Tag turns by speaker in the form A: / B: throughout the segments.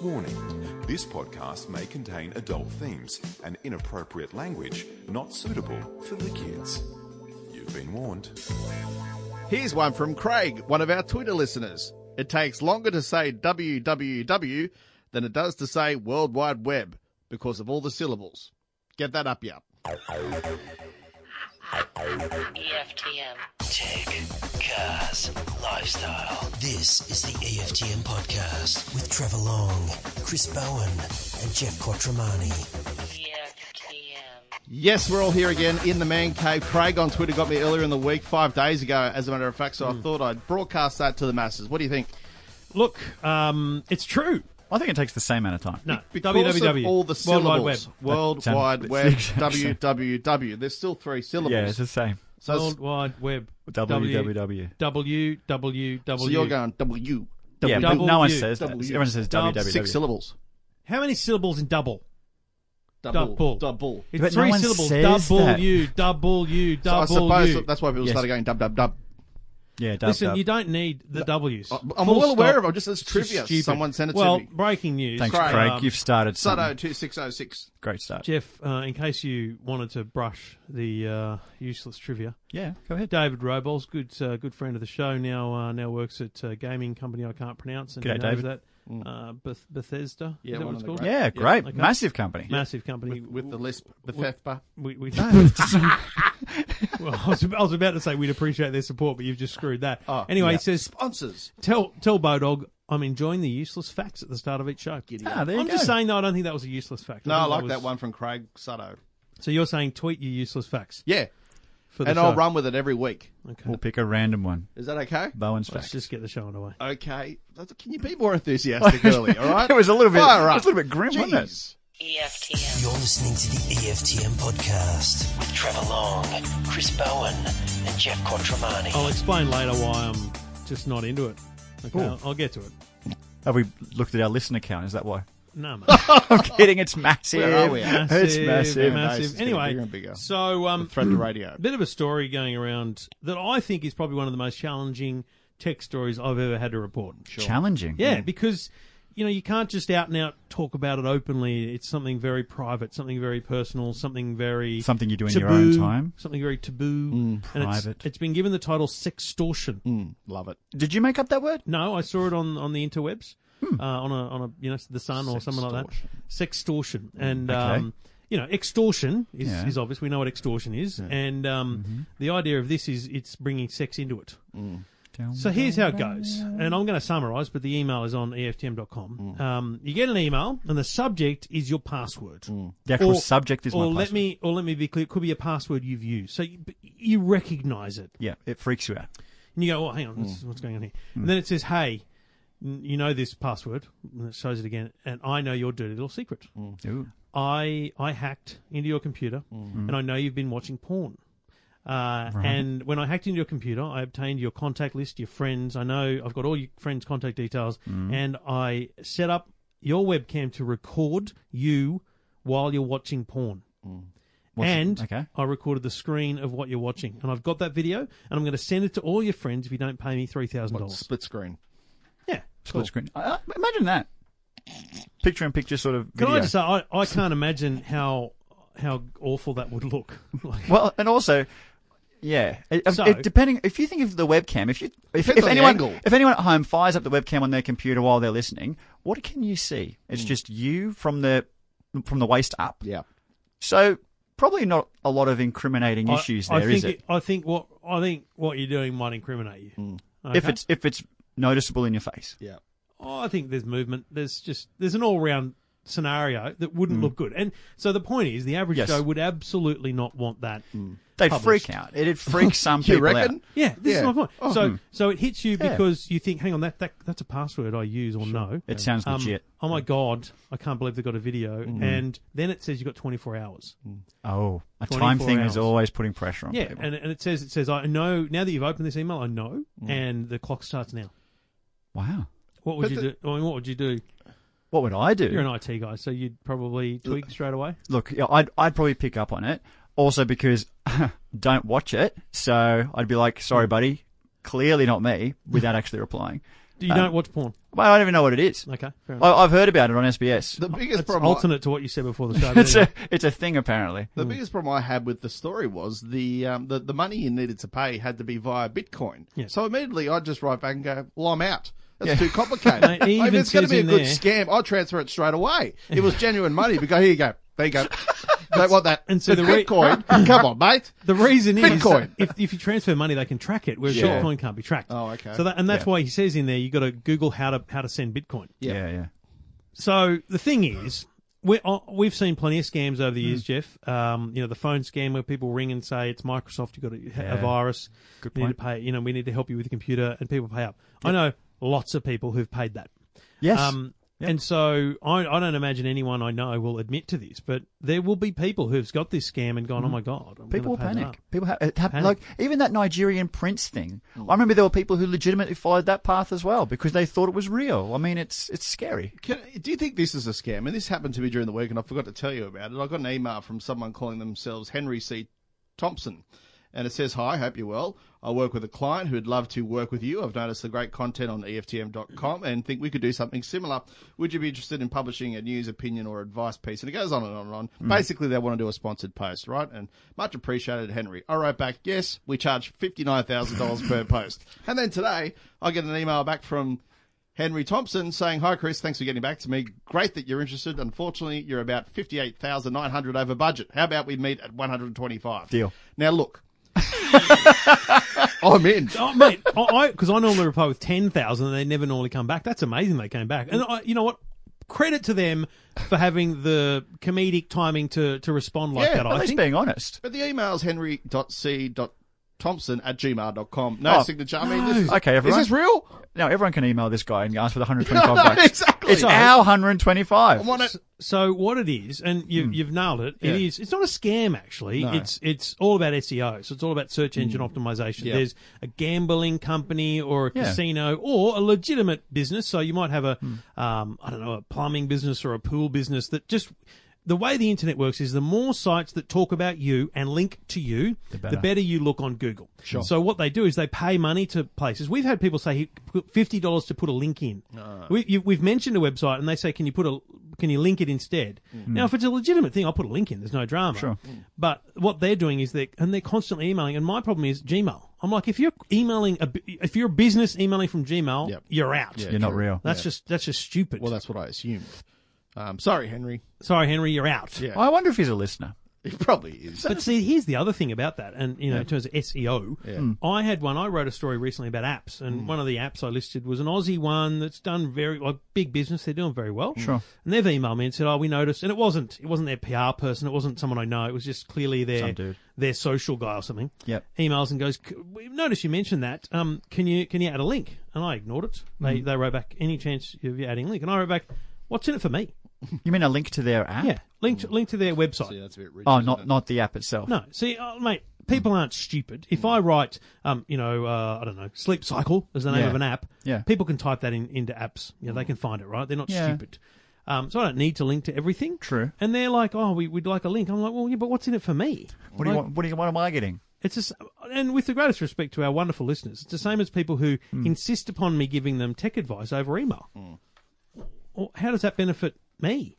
A: Warning this podcast may contain adult themes and inappropriate language not suitable for the kids. You've been warned.
B: Here's one from Craig, one of our Twitter listeners. It takes longer to say www than it does to say World Wide Web because of all the syllables. Get that up, yeah.
C: EFTM.
D: Tech, cars, lifestyle. This is the EFTM podcast with Trevor Long, Chris Bowen, and Jeff Quattromani.
C: EFTM.
B: Yes, we're all here again in the man cave. Craig on Twitter got me earlier in the week, five days ago, as a matter of fact, so I thought I'd broadcast that to the masses. What do you think?
E: Look, um, it's true.
F: I think it takes the same amount of time.
E: No,
B: Because
E: www.
B: of all the
E: World
B: syllables.
E: Wide Web.
B: World
F: That-
B: Wide
F: that-
B: Web,
F: exact same.
B: www. There's still three syllables.
F: Yeah, it's the same.
B: so, it's-
E: World Wide Web.
F: www.
E: W W W.
B: so you're going W.
F: Yeah,
B: W.
F: but no
E: W.
F: one says that.
B: W.
F: Everyone says
E: Dub,
F: www.
B: Six syllables.
E: How many syllables in double?
B: Double.
E: Double.
B: Double.
E: It's
F: But no
E: three
F: one
E: syllables.
F: says
E: Double
F: that.
E: U, double U,
B: So I
E: double
B: suppose
E: U.
B: that- that's why people
F: Yes.
B: started going dub dub dub.
F: Yeah, dub,
E: Listen,
F: dub.
E: you don't need the W's.
B: I'm well aware of it, just it's trivia. Someone sent it to
E: well,
B: me.
E: breaking news.
F: Thanks,
B: Craig.
F: Craig.
E: Um,
F: You've started
B: Sado
F: something.
B: two six oh six.
F: Great start.
E: Jeff, uh, in case you wanted to brush the uh, useless trivia,
F: Yeah, go ahead.
E: David Robols, good uh, good friend of the show, now uh, now works at a gaming company I can't pronounce. And he
F: G'day,
E: knows
F: David.
E: That uh, Beth- Bethesda,
B: Mm. Yeah,
E: is that
B: one
E: what it's
B: of the
E: called?
B: great-
F: Yeah, great.
E: okay.
F: Massive company.
E: Massive company
B: with the lisp, the thefpa.
E: We, we well, I was, I was about to say we'd appreciate their support, but you've just screwed that.
B: Oh,
E: anyway,
F: yeah.
E: he says,
B: Sponsors.
E: "Tell tell Bodog, I'm enjoying the useless facts at the start of each show."
F: Ah, there you
E: I'm
F: go.
E: just saying, though, I don't think that was a useless fact.
B: No, I
E: think
B: like
E: was-
B: that one from Craig Sado.
E: So you're saying tweet your useless facts
B: Yeah,
E: for the
B: and
E: show.
B: I'll run with it every week.
E: Okay,
F: We'll pick a random one.
B: Is that okay?
F: Bowen's
E: let's
F: facts.
E: just get the show underway.
B: Okay. Can you be more enthusiastic early? All right.
F: It was a little bit-
B: Fire
F: it
B: up.
F: was a little bit grim, wasn't it?
B: Jeez.
C: EFTM.
D: You're listening to the EFTM podcast with Trevor Long, Chris Bowen, and Jeff Quattromani.
E: I'll explain later why I'm just not into it. Okay, I'll, I'll get to it.
F: Have we looked at our listener count? Is that why?
E: No, mate.
F: I'm kidding. It's massive.
B: Where are we at?
F: It's massive.
B: Nice, it's
E: massive.
B: getting
E: Anyway,
B: bigger and bigger.
E: so um,
B: Thread the radio.
E: bit of a story going around that I think is probably one of the most challenging tech stories I've ever had to report.
F: Challenging.
E: Yeah, because you know you can't just out and out talk about it openly. It's something very private, something very personal, something very
F: Something you do in
E: taboo,
F: your own time. Mm.
E: something very taboo. and it's-
F: Private.
E: it's been given the title sextortion.
B: Love it.
F: Did you make up that word?
E: No, I saw it on, on the interwebs,
F: Hmm.
E: uh, on a on a you know the Sun or something like that. Sextortion and
F: Hmm, Okay.
E: um, you know extortion is,
F: Yeah. Mm-hmm.
E: is obvious. We know what extortion is, and um, the idea of this is it's bringing sex into it.
F: Mm. Down
E: So here's how it goes, and I'm going to summarise, but the email is on E
F: Mm.
E: EFTM.com. Um, you get an email, and the subject is your password.
F: The actual
E: Or-
F: subject Mm. is my
E: Or let
F: password.
E: me, or let me be clear, it could be a password you've used, so you, but you recognise it.
F: Yeah, it freaks you out.
E: And you go, oh, hang on, this is what's going on here. And then it says, hey, n- you know this password. And it shows it again. And I know your dirty little secret.
F: Ooh.
E: I, I hacked into your computer, and I know you've been watching porn. Uh, And when I hacked into your computer, I obtained your contact list, your friends. I know I've got all your friends' contact details,
F: Mm-hmm.
E: and I set up your webcam to record you while you're watching porn.
F: What's-
E: and
F: Mm. okay.
E: I recorded the screen of what you're watching, and I've got that video, and I'm going to send it to all your friends if you don't pay me three thousand
B: What,
E: dollars.
B: split screen.
E: Yeah.
F: Split screen. Uh, imagine that. Picture in picture sort of.
E: Can
F: Video.
E: I just say I, I can't imagine how how awful that would look. Like,
F: Well, and also, yeah, it, um,
E: So-
F: it- depending if you think of the webcam, if you if,
B: Depends on
F: if
B: the
F: anyone
B: angle.
F: if anyone at home fires up the webcam on their computer while they're listening, what can you see?
E: Hmm.
F: It's just you from the from the waist up.
B: Yeah.
F: So probably not a lot of incriminating
E: I-
F: issues
E: I
F: there,
E: think
F: is it? Hmm.
E: I think what I think what you're doing might incriminate you. Okay?
F: If it's if it's noticeable in your face,
B: Yeah.
E: Oh, I think there's movement. There's just there's an all round scenario that wouldn't look good. And so the point is, the average
F: Hmm. Yes. Hmm.
E: Joe would absolutely not want that.
F: they'd
E: Published.
F: freak out. It'd freak some
B: You
F: people
B: reckon?
F: out.
E: Yeah, this is
B: Yeah.
E: my point.
B: Oh.
E: So so it hits you
F: hmm. Yeah.
E: because you think, hang on, that, that that's a password I use or no.
F: It sounds
E: Um,
F: legit. Hmm.
E: Oh my god, I can't believe they got a video. And then it says you've got 24 hours.
F: Oh, a time
E: 24
F: thing
E: hours.
F: is always putting pressure on
E: Yeah,
F: people.
E: and, and it says it says I know now that you've opened this email, I know,
F: Hmm.
E: and the clock starts now.
F: wow,
E: What would
B: But
E: you
B: the-
E: do? I mean, what would you do?
F: what would I do?
E: You're an IT guy, so you'd probably tweak straight away.
F: look, yeah, I'd I'd probably pick up on it. Also because don't watch it,
E: Hmm.
F: so I'd be like, "Sorry, buddy, clearly not me," without actually replying.
E: You
F: Um,
E: don't watch porn.
F: Well, I don't even know what it is.
E: Okay, fair enough.
F: I, I've heard about it on SBS.
B: The biggest
E: It's
B: problem.
E: alternate to what you said before the show. but
F: it's
E: anyway.
F: a it's a thing apparently.
E: Hmm.
B: The biggest problem I had with the story was the um, the, the money you needed to pay had to be via Bitcoin.
E: Yeah.
B: So immediately I'd just write back and go, well, I'm out. That's
F: Yeah.
B: too complicated.
E: Mate,
B: I mean,
E: even
B: if it's going to be a
E: says in
B: good
E: there-
B: scam, I'll transfer it straight away. It was genuine money. We go, here you go. There you go. Don't want that.
E: and so
B: It's
E: the re-
B: Bitcoin. Come on, mate.
E: The reason is
B: Bitcoin.
E: if, if you transfer money, they can track it, whereas
B: Yeah.
E: Bitcoin can't be tracked.
B: Oh, okay.
E: So that, and that's
F: Yeah.
E: why he says in there, you got to Google how to how to send Bitcoin.
B: Yeah.
F: yeah. yeah.
E: So the thing is, we uh, we've seen plenty of scams over the years, Jeff. Um, you know, the phone scam where people ring and say it's Microsoft, you got a, a
F: Yeah.
E: virus,
F: Good
E: you need to pay. You know, we need to help you with the computer, and people pay up. I know lots of people who've paid that.
F: Yes.
E: Um,
F: Yep.
E: And so I, I don't imagine anyone I know will admit to this, but there will be people who've got this scam and gone, oh my god, I'm
F: Mm-hmm. People will
E: gonna pay that
F: panic.
E: up."
F: People ha- it hap-
E: Panic.
F: like even that Nigerian prince thing. I remember there were people who legitimately followed that path as well because they thought it was real. I mean, it's it's scary.
B: Can, do you think this is a scam? And this happened to me during the week, and I forgot to tell you about it. I got an email from someone calling themselves Henry C. Thompson, and it says, "Hi, hope you're well. I work with a client who'd love to work with you. I've noticed the great content on E EFTM.com and think we could do something similar. Would you be interested in publishing a news, opinion, or advice piece?" And it goes on and on and on. Basically, they want to do a sponsored post, right? And much appreciated, Henry. I wrote back, "Yes, we charge fifty nine thousand dollars per post." And then today, I get an email back from Henry Thompson saying, Hi, Chris. Thanks for getting back to me. Great that you're interested. Unfortunately, you're about 58,900 over budget. How about we meet at 125?
F: Deal.
B: Now, look. I'm in.
E: Oh mate, I because I, normally reply with ten thousand, and they never normally come back. That's amazing they came back, and I, you know what? Credit to them for having the comedic timing to to respond like
B: Yeah,
E: that.
F: At
E: I
F: least
E: think
F: being honhonest.
B: But the email's henry.c.thompson at gmail.com. No
F: Oh,
B: signature. I mean, this is,
F: Okay, everyone.
B: is this real?
F: Now everyone can email this guy and ask for the 125
B: No,
F: bucks.
B: exactly.
F: It's our 125.
B: I want it.
E: so. What it is, and you,
F: Hmm.
E: you've nailed it. It
B: Yeah.
E: is. It's not a scam actually. It's it's all about SEO. So it's all about
F: Hmm.
E: search engine optimization.
B: Yeah.
E: There's a gambling company or a
F: Yeah. Hmm.
E: casino or a legitimate business. So you might have a um, I don't know a plumbing business or a pool business that just the way the internet works is the more sites that talk about you and link to you, the better,
F: better.
E: you look on Google. Sure. So what they do is they pay money to places. We've had people say "Hey, put fifty dollars to put a link in.
F: Ah.
E: We, you, we've mentioned a website and they say, "Can you put a can you link it instead?" Now, if it's a legitimate thing, I'll put a link in. There's no drama.
F: Hmm. Sure.
E: Mm. But what they're doing is they are and they're constantly emailing. And my problem is Gmail. I'm like, if you're emailing a bu- if you're a business emailing from Gmail,
B: Yep.
E: you're out.
F: You're not real.
E: That's just that's just stupid.
B: Well, that's what I assumed. Um, sorry, Henry.
E: Sorry, Henry, you're out.
B: Yeah.
F: I wonder if he's a listener.
B: It probably is.
E: But see, here's the other thing about that, and you know, in terms of SEO, I had one. I wrote a story recently about apps,
B: Mm.
E: and one of the apps I listed was an Aussie one that's done very like big business. They're doing very well,
F: Sure.
E: And they've emailed me and said, "Oh, we noticed," and it wasn't it wasn't their PR person, it wasn't someone I know. It was just clearly
F: Some
E: their
F: dude.
E: their social guy or something.
F: Yep.
E: Emails and goes, "C- we noticed you mentioned that. Um, can you can you add a link? And I ignored it. They
F: Mm-hmm.
E: they wrote back, any chance of you adding a link? And I wrote back, what's in it for me?
F: You mean a link to their app?
E: Yeah, link
F: Mm.
E: to, link to their website.
B: Yeah, that's a bit rich.
F: Oh,
B: isn't
F: not
B: it?
F: not the app itself.
E: No, see, oh, mate, people aren't stupid.
F: Mm.
E: If I write, um, you know, uh, I don't know, Sleep Cycle is the name
F: Yeah.
E: of an app.
F: Yeah. Mm.
E: people can type that in, into apps. You know, they can find it, right? They're not
F: Yeah.
E: stupid. Um, so I don't need to link to everything.
F: True.
E: And they're like, oh, we, we'd like a link. I'm like, well, yeah, but what's in it for me?
F: What do you want? What, do you, what am I getting?
E: It's just, and with the greatest respect to our wonderful listeners, it's the same as people who
F: Hmm.
E: insist upon me giving them tech advice over email. Well, how does that benefit me?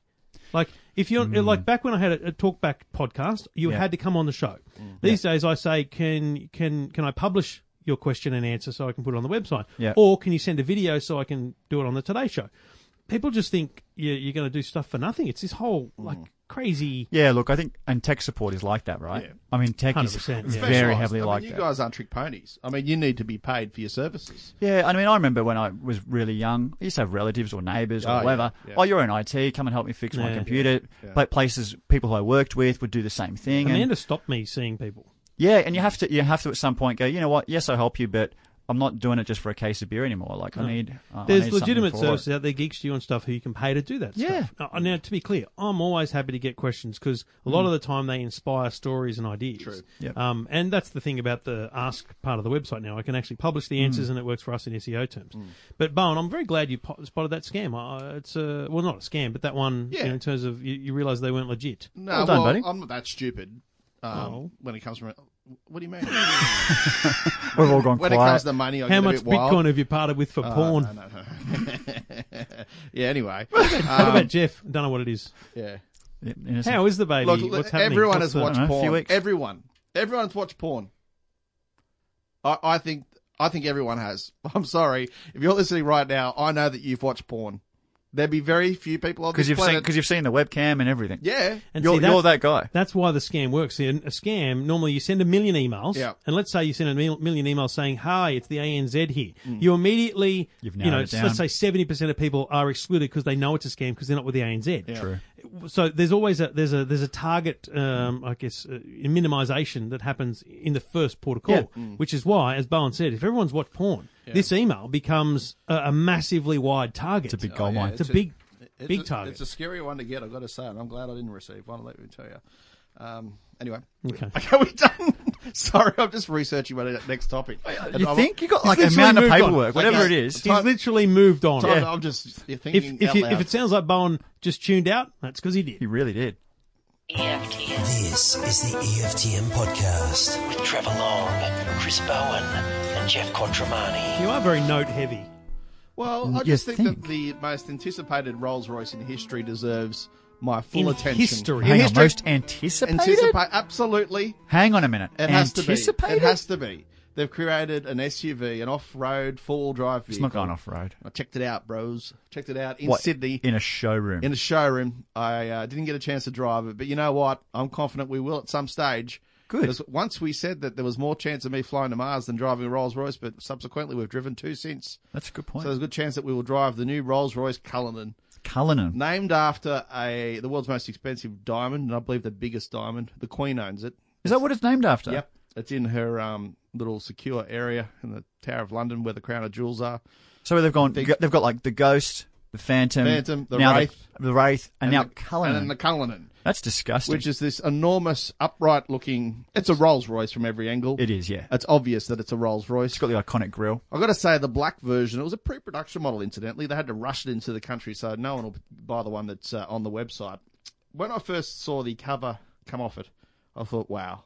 E: Like if you're like back when I had a, a talkback podcast, you
F: Hmm. Yeah. Hmm.
E: had to come on the show. These days, I say, can can can I publish your question and answer so I can put it on the website,
F: Yeah.
E: or can you send a video so I can do it on the Today Show? People just think you're, you're going to do stuff for nothing. It's this whole like
F: Hmm.
E: crazy.
F: Yeah, look, I think and tech support is like that, right?
B: Yeah.
F: I mean, tech is
E: 100%, yeah.
F: very
B: Specialised.
F: heavily
B: I mean,
F: like
B: you
F: that.
B: guys aren't trick ponies. I mean, you need to be paid for your services.
F: Yeah, I mean, I remember when I was really young, I used to have relatives or neighbours
B: Oh,
F: or
B: yeah,
F: whatever.
B: yeah.
F: Oh, you're in IT, come and help me fix my
E: Yeah.
F: computer.
B: Yeah.
F: Pla- Places, people who I worked with would do the same thing. and-
E: Amanda stopped me seeing people.
F: yeah, and you have to, you have to at some point go, you know what? Yes, I'll help you, but I'm not doing it just for a case of beer anymore. Like I need, I
E: There's
F: need something
E: legitimate
F: for
E: services
F: It.
E: out there, Geekster and stuff, who you can pay to do that.
F: Yeah.
E: Stuff. Now, now, to be clear, I'm always happy to get questions because a lot of the time they inspire stories and ideas.
B: Mm. True.
F: Yep.
E: Um, and that's the thing about the Ask part of the website now. I can actually publish
B: Mm.
E: the answers and it works for us in SEO terms. But, Bowen, I'm very glad you po- spotted that scam. Uh, it's a, well, not a scam, but that one, you
B: Yeah.
E: know, in terms of you, you realise they weren't legit.
B: No,
F: Well
B: well,
F: done, buddy. Oh.
B: I'm not that stupid. um, when it comes from. What do you mean?
F: We've all gone
B: when it comes
F: quiet.
B: to money, I
E: How
B: get a
E: much
B: bit wild. Uh,
E: Bitcoin have you parted with for porn?
B: No, no, no. yeah. Anyway,
E: What
B: um,
E: about Jeff? Don't know what it is.
B: yeah.
F: Yep, innocent.
E: How is the baby?
B: Look,
E: What's
B: look,
E: happening?
B: everyone
E: What's
B: has
E: the-
B: watched
F: I don't know, a few
B: porn.
F: weeks?
B: Everyone, everyone's watched porn. I, I think, I think everyone has. I'm sorry if you're listening right now. I know that you've watched porn. There'd be very few people on
F: Because
B: this
F: you've seen
B: planet.
F: because you've seen the webcam and everything.
B: yeah,
E: And
F: you're,
E: see, that's-
F: you're that guy.
E: That's why the scam works. In a scam, normally you send a million emails,
B: Yeah.
E: and let's say you send a mil- million emails saying, "Hi, it's the ANZ here."
B: Mm.
E: You immediately,
F: You've
E: you know,
F: narrowed it
E: s-
F: down.
E: let's say seventy percent of people are excluded because they know it's a scam because they're not with the ANZ.
F: True.
E: So there's always a there's a there's a target, um, I guess, uh, minimization that happens in the first port of call,
B: Mm.
E: which is why, as Bowen said, if everyone's watched porn, this email becomes a, a massively wide target.
F: It's a big gold mine.
E: It's a big,
B: It's
E: big
B: a-
E: target.
B: It's a scary one to get. I've got to say, and I'm glad I didn't receive one. Let me tell you. Um, anyway,
E: Okay.
B: okay, we're done. Sorry, I'm just researching my ne- next topic. And
F: You
B: I'm-
F: think you got like a
E: It's
F: mountain of
E: literally moved on.
F: paperwork, whatever
B: Like,
F: it is?
E: He's literally moved on.
B: I'm, I'm just thinking
E: If if,
B: out
E: you,
B: loud.
E: if it sounds like Bowen just tuned out, that's because he did.
F: He really did.
C: EFTM.
D: This is the EFTM podcast with Trevor Long, Chris Bowen, and Jeff Quattromani.
E: You are very note heavy.
B: Well, I
F: You
B: just think,
F: think?
B: that the most anticipated Rolls Royce in history deserves my full
E: In
B: attention.
E: history.
B: in
F: Hang on,
B: history,
F: most anticipated.
B: anticipa- absolutely.
F: Hang on a minute.
B: It has to be.
F: anticipated.
B: It has to be. They've created an SUV, an off-road four-wheel drive vehicle.
F: It's not going off road.
B: I checked it out, bros. Checked it out in
F: What?
B: Sydney
F: in a showroom.
B: in a showroom. I uh, didn't get a chance to drive it, but you know what? I'm confident we will at some stage.
F: Good.
B: Because once we said that there was more chance of me flying to Mars than driving a Rolls Royce, but subsequently we've driven two since.
F: That's a good
B: So
F: point.
B: there's a good chance that we will drive the new Rolls Royce Cullinan,
F: Cullinan.
B: named after a the world's most expensive diamond, and I believe the biggest diamond. The Queen owns it.
F: Is that what it's named after?
B: Yep, it's in her um, little secure area in the Tower of London where the Crown of Jewels are.
F: So they've gone. They've got like the ghost, the phantom,
B: Phantom, the
F: now
B: Wraith.
F: the, the wraith, and, now
B: the,
F: Cullinan.
B: And then the Cullinan,
F: That's disgusting.
B: which is this enormous upright-looking. It's a Rolls Royce from every angle.
F: it is. Yeah, it's
B: It's obvious that it's a Rolls Royce.
F: got the iconic grill.
B: I've got to say, the black version, it was a pre production model, incidentally. They had to rush it into the country, so no one will buy the one that's uh, on the website. When I first saw the cover come off it, I thought, wow,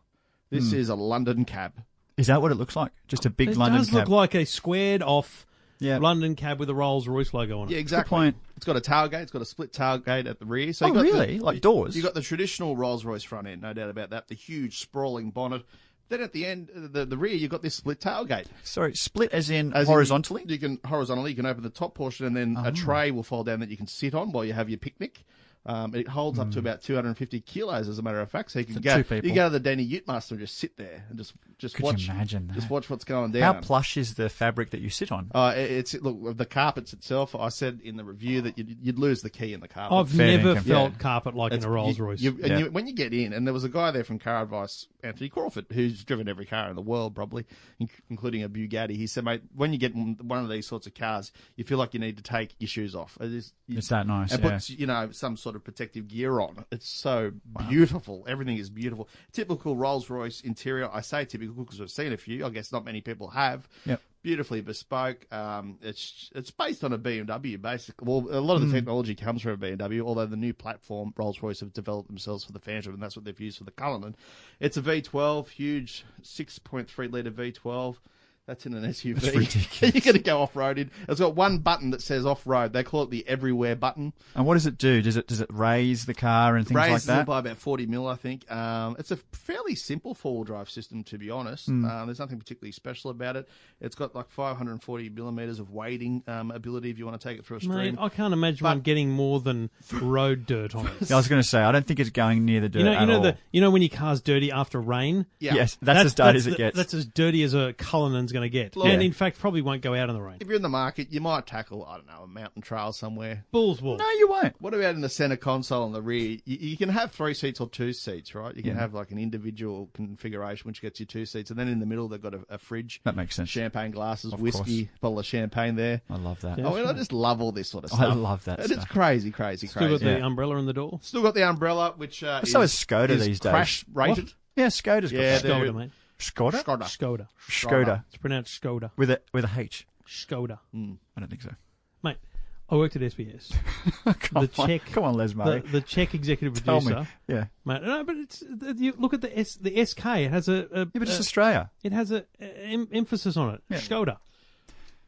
B: this
F: Hmm.
B: is a London cab.
F: Is that what it looks like? Just a big
E: It
F: London
E: does
F: cab.
E: look like a squared off
F: yeah.
E: London cab with a Rolls Royce logo on it.
B: Yeah, exactly.
F: point.
B: It's got a tailgate, it's got a split tailgate at the rear. So
F: Oh,
B: you've got
F: really?
B: The,
F: Like doors?
B: You've got the traditional Rolls Royce front end, no doubt about that, the huge sprawling bonnet. Then at the end, the, the rear, you've got this split tailgate.
F: Sorry, split as in
B: As in,
F: horizontally. Ah.
B: you can horizontally. You can open the top portion, and then a tray will fall down that you can sit on while you have your picnic. Um, it holds up to about 250 kilos, as a matter of fact. So you can
F: For
B: go.
F: Hmm. two people.
B: You go to the Danny Ute Master and just sit there and just just
F: Could you
B: watch.
F: imagine that?
B: Just watch what's going down.
F: How plush is the fabric that you sit
B: um,
F: on?
B: uh, it- it's look the carpets itself. I said in the review that you'd, you'd lose the key in the carpet.
E: I've
F: Fair
E: never
F: dinkum.
E: felt
B: Yeah.
E: carpet like
B: It's-
E: in a Rolls Royce.
B: You, you- and
F: Yeah.
B: you- when you get in, and there was a guy there from Car Advice, Anthony Crawford, who's driven every car in the world probably, in- including a Bugatti. He said, "Mate, when you get in one of these sorts of cars, you feel like you need to take your shoes off. It is, you-
F: It's that nice,
B: and
F: yeah.
B: puts you know some sort of protective gear on. It's so beautiful. Everything is beautiful. Typical Rolls Royce interior. I say typical because I've seen a few. I guess not many people have.
F: Yep.
B: Beautifully bespoke. Um, it's it's based on a BMW, basically. Well, a lot of
F: Hmm.
B: the technology comes from a BMW, although the new platform Rolls Royce have developed themselves for the Phantom, and that's what they've used for the Cullinan. It's a V12, huge 6.3 litre V12. That's in an SUV.
F: That's ridiculous.
B: You're going to go off roaded. It's got one button that says off road. They call it the everywhere button.
F: And what does it do? Does it does it raise the car and things like
B: Raises
F: that?
B: it by about 40 mil, I think. Um, it's a fairly simple four-wheel drive system, to be honest.
F: Hmm.
B: Um, there's nothing particularly special about it. It's got like 540 millimeters of wading um, ability if you want to take it through a
E: Mate,
B: stream.
E: I can't imagine one getting more than road dirt on it.
F: Yeah, I was going to say I don't think it's going near the dirt
E: You know,
F: at
E: you know
F: all.
E: the you know when your car's dirty after rain.
B: Yeah.
F: Yes, that's, as dirty as it
E: the-
F: gets.
E: That's as dirty as a Cullinan's going to get, and in fact probably won't go out in the rain.
B: If you're in the market, you might tackle, I don't know, a mountain trail somewhere.
E: Bull's wall.
F: no, you won't.
B: What about in the center console on the rear? You, you can have three seats or two seats, right? You can have like an individual configuration, which gets you two seats. And then in the middle, they've got a, a fridge.
F: That makes sense.
B: Champagne glasses,
F: Of
B: whiskey, bottle of champagne there. Oh,
F: I love that.
B: I mean, I just love all this sort of
F: I
B: stuff.
F: love that
B: And It's
F: stuff.
B: crazy, crazy,
E: Still
B: crazy.
E: got the um,
F: Yeah.
E: umbrella in the door.
B: Still got the umbrella, which uh,
F: So
B: is,
F: is Skoda
B: is
F: these days.
B: crash rated.
F: Yeah, Skoda's got
B: Yeah,
F: that.
B: they're-
E: Skoda, mate.
F: Skoda?
B: Skoda.
E: Skoda.
F: Skoda.
E: It's pronounced Skoda.
F: With a with a H.
E: Skoda.
F: I don't think so.
E: Mate, I worked at SBS.
B: Oh,
F: come
E: the
F: on,
E: check.
F: Come on, Les Murray.
E: The, the Czech executive
F: Tell
E: producer.
F: me. Yeah.
E: Mate, no, but it's the- you look at the S, the SK. It has a, a
F: Yeah,
B: Uh,
F: but it's
E: a-
F: Australia.
E: it has a, a em- emphasis on it. Skoda.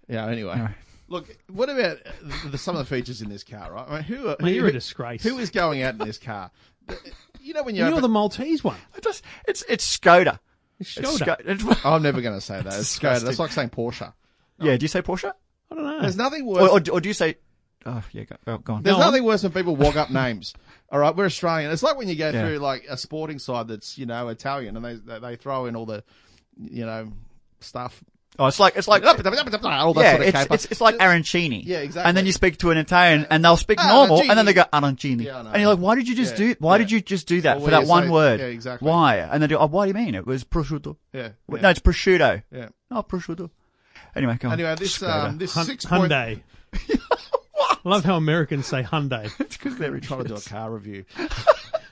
B: Yeah. Anyway, look. What about uh, the, some of the features in this car? Right. I mean, who, are- who
E: Mate, you're a disgrace.
B: Who is going out in this car? You know when you
E: You're
B: open-
E: the Maltese one.
F: It does, it's it's Skoda.
E: It's
F: It's
E: Skoda.
F: Sco- it's-
B: I'm never going to say that. It's Skoda.
F: Disgusting.
B: That's like saying Porsche.
F: yeah. Do you say Porsche?
E: I don't know.
B: There's nothing
F: Or,
B: worse.
F: or, or do you say? Oh yeah. Go, go- go on.
B: there's
E: no,
B: nothing worse than people walk up names. All right, we're Australian. It's like when you go
F: Yeah.
B: through like a sporting side that's you know Italian, and they they, they throw in all the you know stuff.
F: Oh, it's like it's like
B: All that
F: yeah.
B: sort of
F: it's,
B: caper.
F: it's it's like arancini.
B: Yeah,
F: And
B: exactly.
F: then you speak to an Italian, and they'll speak
B: Ah,
F: normal, and then they go arancini.
B: Yeah, I know.
F: and you're like, why did you just
B: Yeah,
F: do? Why
B: yeah.
F: did you just do that
B: Or
F: for
B: when
F: that
B: you
F: one
B: say-
F: word?
B: yeah, exactly.
F: Why? And they do. Oh, why do you mean it was prosciutto?
B: yeah,
F: Well,
B: yeah,
F: No, Oh, it's prosciutto.
B: yeah.
F: Not prosciutto. Anyway, go on.
B: Anyway, this
F: Skoda.
B: um, this
E: Hun-
B: six point.
E: Hyundai. I love how Americans say Hyundai.
F: it's because they're
B: We're trying to do a car review.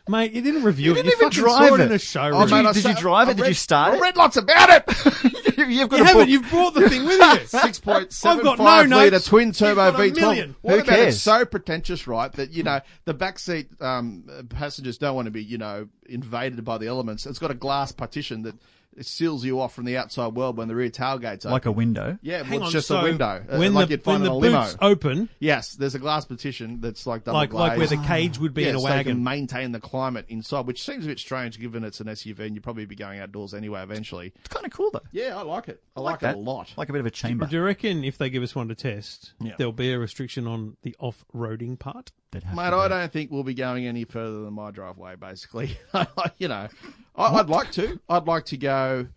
E: Mate, you didn't review
F: You
E: it.
F: didn't even
E: you fucking
F: drive
E: saw it,
F: it.
E: in a
F: Oh,
E: showroom.
F: mate, I- did you drive it?
B: I
F: Did you start
B: I
F: it?
B: read lots about it.
F: You've got
E: you
F: a
E: haven't.
F: book.
E: You've brought the thing with you.
B: Six point seven
E: got no
B: five litre
E: notes.
B: twin turbo
E: You've got a
B: V12.
E: million.
B: What
F: Who
B: about
F: cares?
B: it's so pretentious, right? That you know the backseat um, uh, passengers don't want to be you know invaded by the elements. It's got a glass partition that seals you off from the outside world when the rear tailgates open.
F: like a window.
B: yeah, well,
E: Hang
B: it's
E: on,
B: just
E: so
B: a window, uh,
E: When
B: like
E: the,
B: you'd find
E: when
B: in
E: the
B: a limo.
E: boots open,
B: Yes, there's a glass partition that's like double
E: like like where
B: glazed.
E: the cage would be
B: yeah,
E: in a
B: so you can
E: wagon.
B: maintain the climate inside, which seems a bit strange given it's an SUV and you'd probably be going outdoors anyway eventually.
F: It's kind of cool though.
B: Yeah, I like it. I, like,
F: that.
B: it a lot.
F: Like a bit of a chamber.
E: Do you reckon if they give us one to test,
B: Yeah.
E: there'll be a restriction on the off-roading part?
F: They'd have
B: Mate,
F: to
B: I
F: do.
B: don't think we'll be going any further than my driveway, basically. you know, I, I'd like to. I'd like to go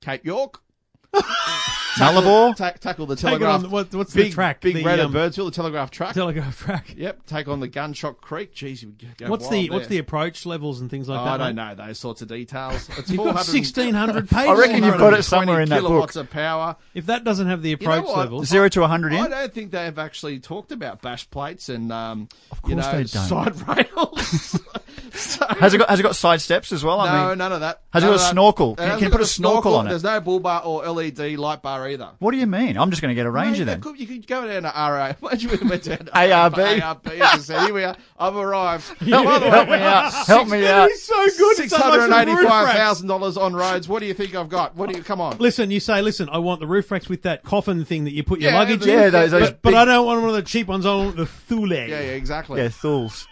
B: Cape York,
F: Nullarbor.
B: ta- tackle the
E: Take it
B: Telegraph.
E: on the, what, what's
B: big,
E: the track?
B: Big
E: the,
B: red
E: um,
B: at Birdsville, the Telegraph track.
E: Telegraph track.
B: yep, take on the Gunshot Creek. Jeez, you would go
E: What's
B: wild
E: the what's the
B: there.
E: approach levels and things like
B: Oh,
E: that?
B: I don't
E: mate?
B: know those sorts of details. It's
E: You've got
B: 400
E: sixteen hundred pages.
F: I reckon you've got
B: 420
F: it somewhere in that book.
B: kilowatts of power.
E: If that doesn't have
B: know
E: the approach
B: what?
E: levels,
F: Zero to 100
B: I
F: in.
B: don't think they have actually talked about bash plates and um, you
F: course
B: know
F: they don't.
B: side rails. So-
F: Has it got has it got side steps as well? I
B: no,
F: mean,
B: none of that.
F: Has it
B: None
F: got
B: of
F: a
B: that.
F: snorkel?
B: It
F: Can-
B: hasn't
F: can you
B: got
F: put a snorkel on it?
B: There's no bull bar or LED light bar either.
F: what do you mean? I'm just going to get a
B: Mate,
F: Ranger
B: that
F: then.
B: could- you could go down to RA. Imagine we went down to
F: ARB.
B: ARB and just said, here we are. I've arrived.
F: Help,
B: By the way,
F: help me out. Help me out.
E: so good. it's so much for the roof racks.
B: $685,000 on roads. What do you think I've got? What do you, come on.
E: Listen, you say, listen, I want the roof racks with that coffin thing that you put your
B: Yeah,
E: luggage
B: the-
E: in.
F: Yeah, those- those
E: but, but
F: big-
E: I don't want one of the cheap ones. I want the Thule.
B: Yeah, yeah, exactly.
F: Yeah, Thuls.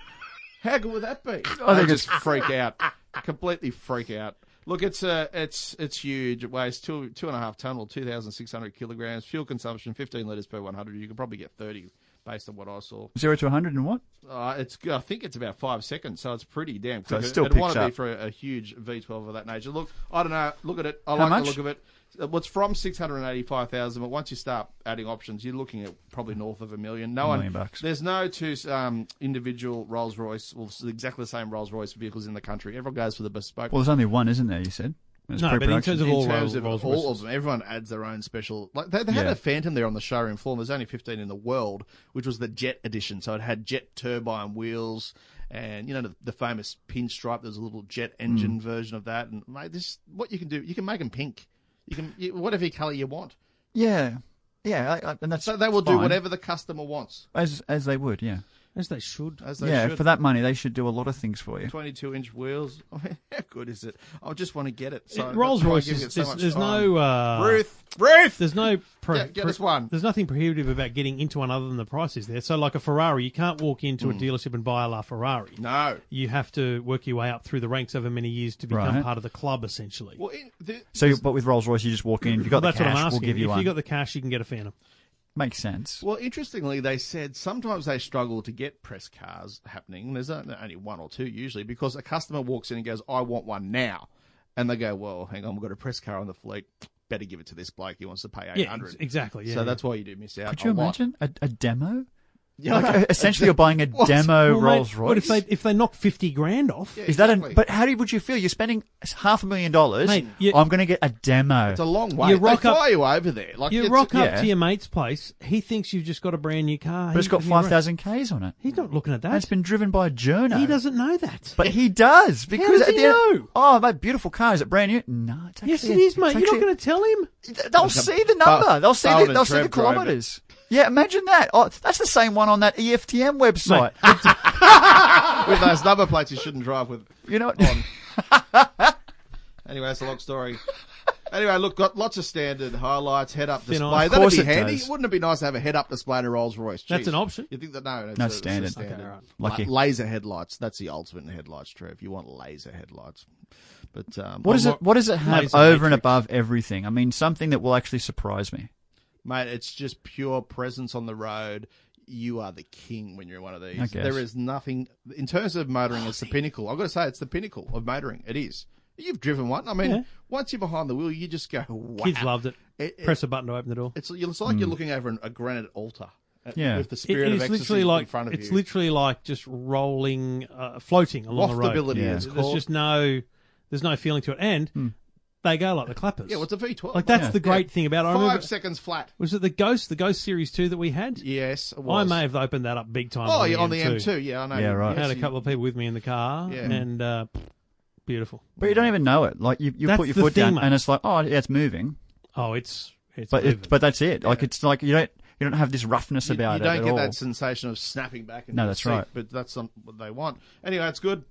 B: How good would that be?
F: I
B: I
F: think
B: just freak out, completely freak out. Look, it's uh, it's it's huge. It weighs two two and a half ton or two thousand six hundred kilograms. Fuel consumption fifteen liters per one hundred. You can probably get thirty based on what I saw.
F: Zero to 100 and what?
B: Uh, it's I think it's about five seconds, so it's pretty damn
F: So
B: quick.
F: it still
B: It'd want
F: picks
B: to be
F: up.
B: for a, a huge V12 of that nature. Look, I don't know. Look at it. I
F: How
B: like
F: much?
B: the look of it. Uh, What's from six hundred eighty-five thousand, but once you start adding options, you're looking at probably north of a million. No
F: Million
B: one,
F: bucks.
B: there's no two um, individual Rolls Royce, well, s- exactly the same Rolls Royce vehicles in the country. Everyone goes for the bespoke.
F: Well, there's only one, isn't there, you said? It's
E: No, but in
F: pre-production.
E: terms of
B: in
E: all
B: terms
E: Rolls,
B: of
E: Rolls
B: all
E: Royces.
B: of them, everyone adds their own special. Like they, they had
F: Yeah.
B: a Phantom there on the showroom floor. And there's only 15 in the world, which was the jet edition. So it had jet turbine wheels, and you know the, the famous pinstripe. There's a little jet
E: Hmm.
B: engine version of that. And mate, this what you can do. You can make them pink. You can you, whatever color you want.
F: Yeah. Yeah, I, I, and that's
B: So they will
F: fine.
B: do whatever the customer wants,
F: As, as they would, yeah.
E: As they should.
B: as they
F: yeah,
B: should.
F: for that money, they should do a lot of things for you.
B: 22 inch wheels. I mean, how good is it? I just want to get it. So
E: It- Rolls
B: that's why I
E: Royce
B: give
E: is,
B: it so
E: there's,
B: much
E: there's
B: time.
E: no uh,
B: Ruth, Ruth.
E: There's no pro-
B: Yeah, get
E: pro-
B: us one.
E: There's nothing prohibitive about getting into one other than the price is there. So, like a Ferrari, you can't walk into a dealership and buy a LaFerrari.
B: Hmm. no.
E: You have to work your way up through the ranks over many years to become
F: Right.
E: part of the club, essentially.
B: Well, in, the,
F: So, you- but with Rolls Royce, you just walk in. If you've
E: Well,
F: got
E: that's
F: the
E: what I'm
F: cash,
E: asking.
F: we'll give you
E: if
F: one.
E: you got the cash, you can get a Phantom.
F: Makes sense.
B: Well, interestingly, they said sometimes they struggle to get press cars happening. There's only only one or two usually because a customer walks in and goes, I want one now. And they go, Well, hang on, we've got a press car on the fleet. Better give it to this bloke. He wants to pay
E: Yeah,
B: 800
E: ex- exactly. Yeah,
B: So
E: yeah.
B: that's why you do miss out.
F: Could you
B: a lot.
F: imagine a, a demo?
B: Yeah, I
F: Like, uh,
B: know.
F: essentially, you're buying a
B: What?
F: demo
E: Well, mate,
F: Rolls Royce.
E: What if they if they knock fifty grand off?
B: Yeah,
F: Is that a,
B: exactly.
F: but how do, would you feel? You're spending half a million dollars.
E: Mate, you-
F: I'm going to get a demo.
B: It's a long way.
E: You rock
B: they
E: up-
B: fly you over there. Like
E: You
B: it's-
E: rock up
F: yeah.
E: to your mate's place. He thinks you've just got a brand new car.
F: but it's
E: He-
F: got
E: he-
F: 5,000 Ks on it.
E: He's not looking at
F: And it's
E: that.
F: been driven by a journo.
E: He doesn't know that.
F: But he does because
E: does
F: at
E: he
F: the end-
E: know?
F: oh, mate, beautiful car. Is it brand new? No, it's actually
E: yes, it is,
F: it's
E: mate. You're
F: actually-
E: not going to tell him.
F: They'll see the number. They'll see
B: Bowen
F: the,
B: and
F: they'll see the
B: Trev drive it.
F: kilometres. Yeah, imagine that. Oh, that's the same one on that E EFTM website.
B: with those number plates you shouldn't drive with.
F: you know,
B: Anyway, that's a long story. Anyway, look, got lots of standard highlights, head up
E: Thin
B: display.
E: ice. Of
B: That'd
F: course
B: be
F: it
B: handy.
F: does.
B: Wouldn't it be nice to have a head up display in a Rolls Royce?
E: That's
B: Jeez.
E: an option?
B: You think that no, that's
F: No,
B: a- it's a
F: standard.
E: Okay, all right.
B: La-
F: Lucky.
B: laser headlights. That's the ultimate in headlights, Trev. You want laser headlights. But um,
F: what
B: I'm
F: is it?
B: not-
F: What does it have
E: Laser
F: over and
E: matrix.
F: above everything? I mean, something that will actually surprise me.
B: mate? It's just pure presence on the road. You are the king when you're in one of
F: I
B: these.
F: guess.
B: There is nothing in terms of motoring. It's the pinnacle. I've got to say, it's the pinnacle of motoring. It is. You've driven one. I mean,
E: Yeah.
B: once you're behind the wheel, you just go. Wow.
E: Kids loved it.
B: It- it-
E: Press a button to open the door.
B: It's it's like you're looking over an, a granite altar. uh,
F: Mm. Yeah.
B: with the
E: It
B: spirit of
E: is
B: ecstasy
E: literally like
B: in front of
E: it's
B: you.
E: literally like just rolling, uh, floating along the road.
B: Loftability
F: Yeah.
B: is
E: There's
B: called. Hmm.
E: just no, there's no feeling to it, and they go like the clappers.
B: yeah, what's a V12?
E: like that's
B: Yeah.
E: the great thing about. It. I
B: Five
E: remember
B: seconds flat.
E: was it the Ghost, the Ghost Series two that we had?
B: Yes, it
E: I
B: was.
E: may have opened that up big time.
B: Oh,
E: on,
B: yeah,
E: the
B: on the
E: M2.
B: M2. Yeah, I know.
F: Yeah, right.
E: I
B: Yes,
E: had a
B: you-
E: couple of people with me in the car,
B: Yeah.
E: and uh, beautiful.
F: But you don't even know it. Like you, you
E: That's
F: put your
E: the
F: foot
E: thing,
F: down,
E: mate.
F: and it's like, oh, yeah, it's moving.
E: Oh, it's it's
F: But
E: moving.
F: it, but that's it. Like it's like you don't you don't have this roughness
B: You, you
F: about it
B: don't
F: at
B: get
F: all.
B: that sensation of snapping back. into
F: No,
B: your
F: that's
B: seat,
F: right.
B: But that's not what they want. Anyway, it's good.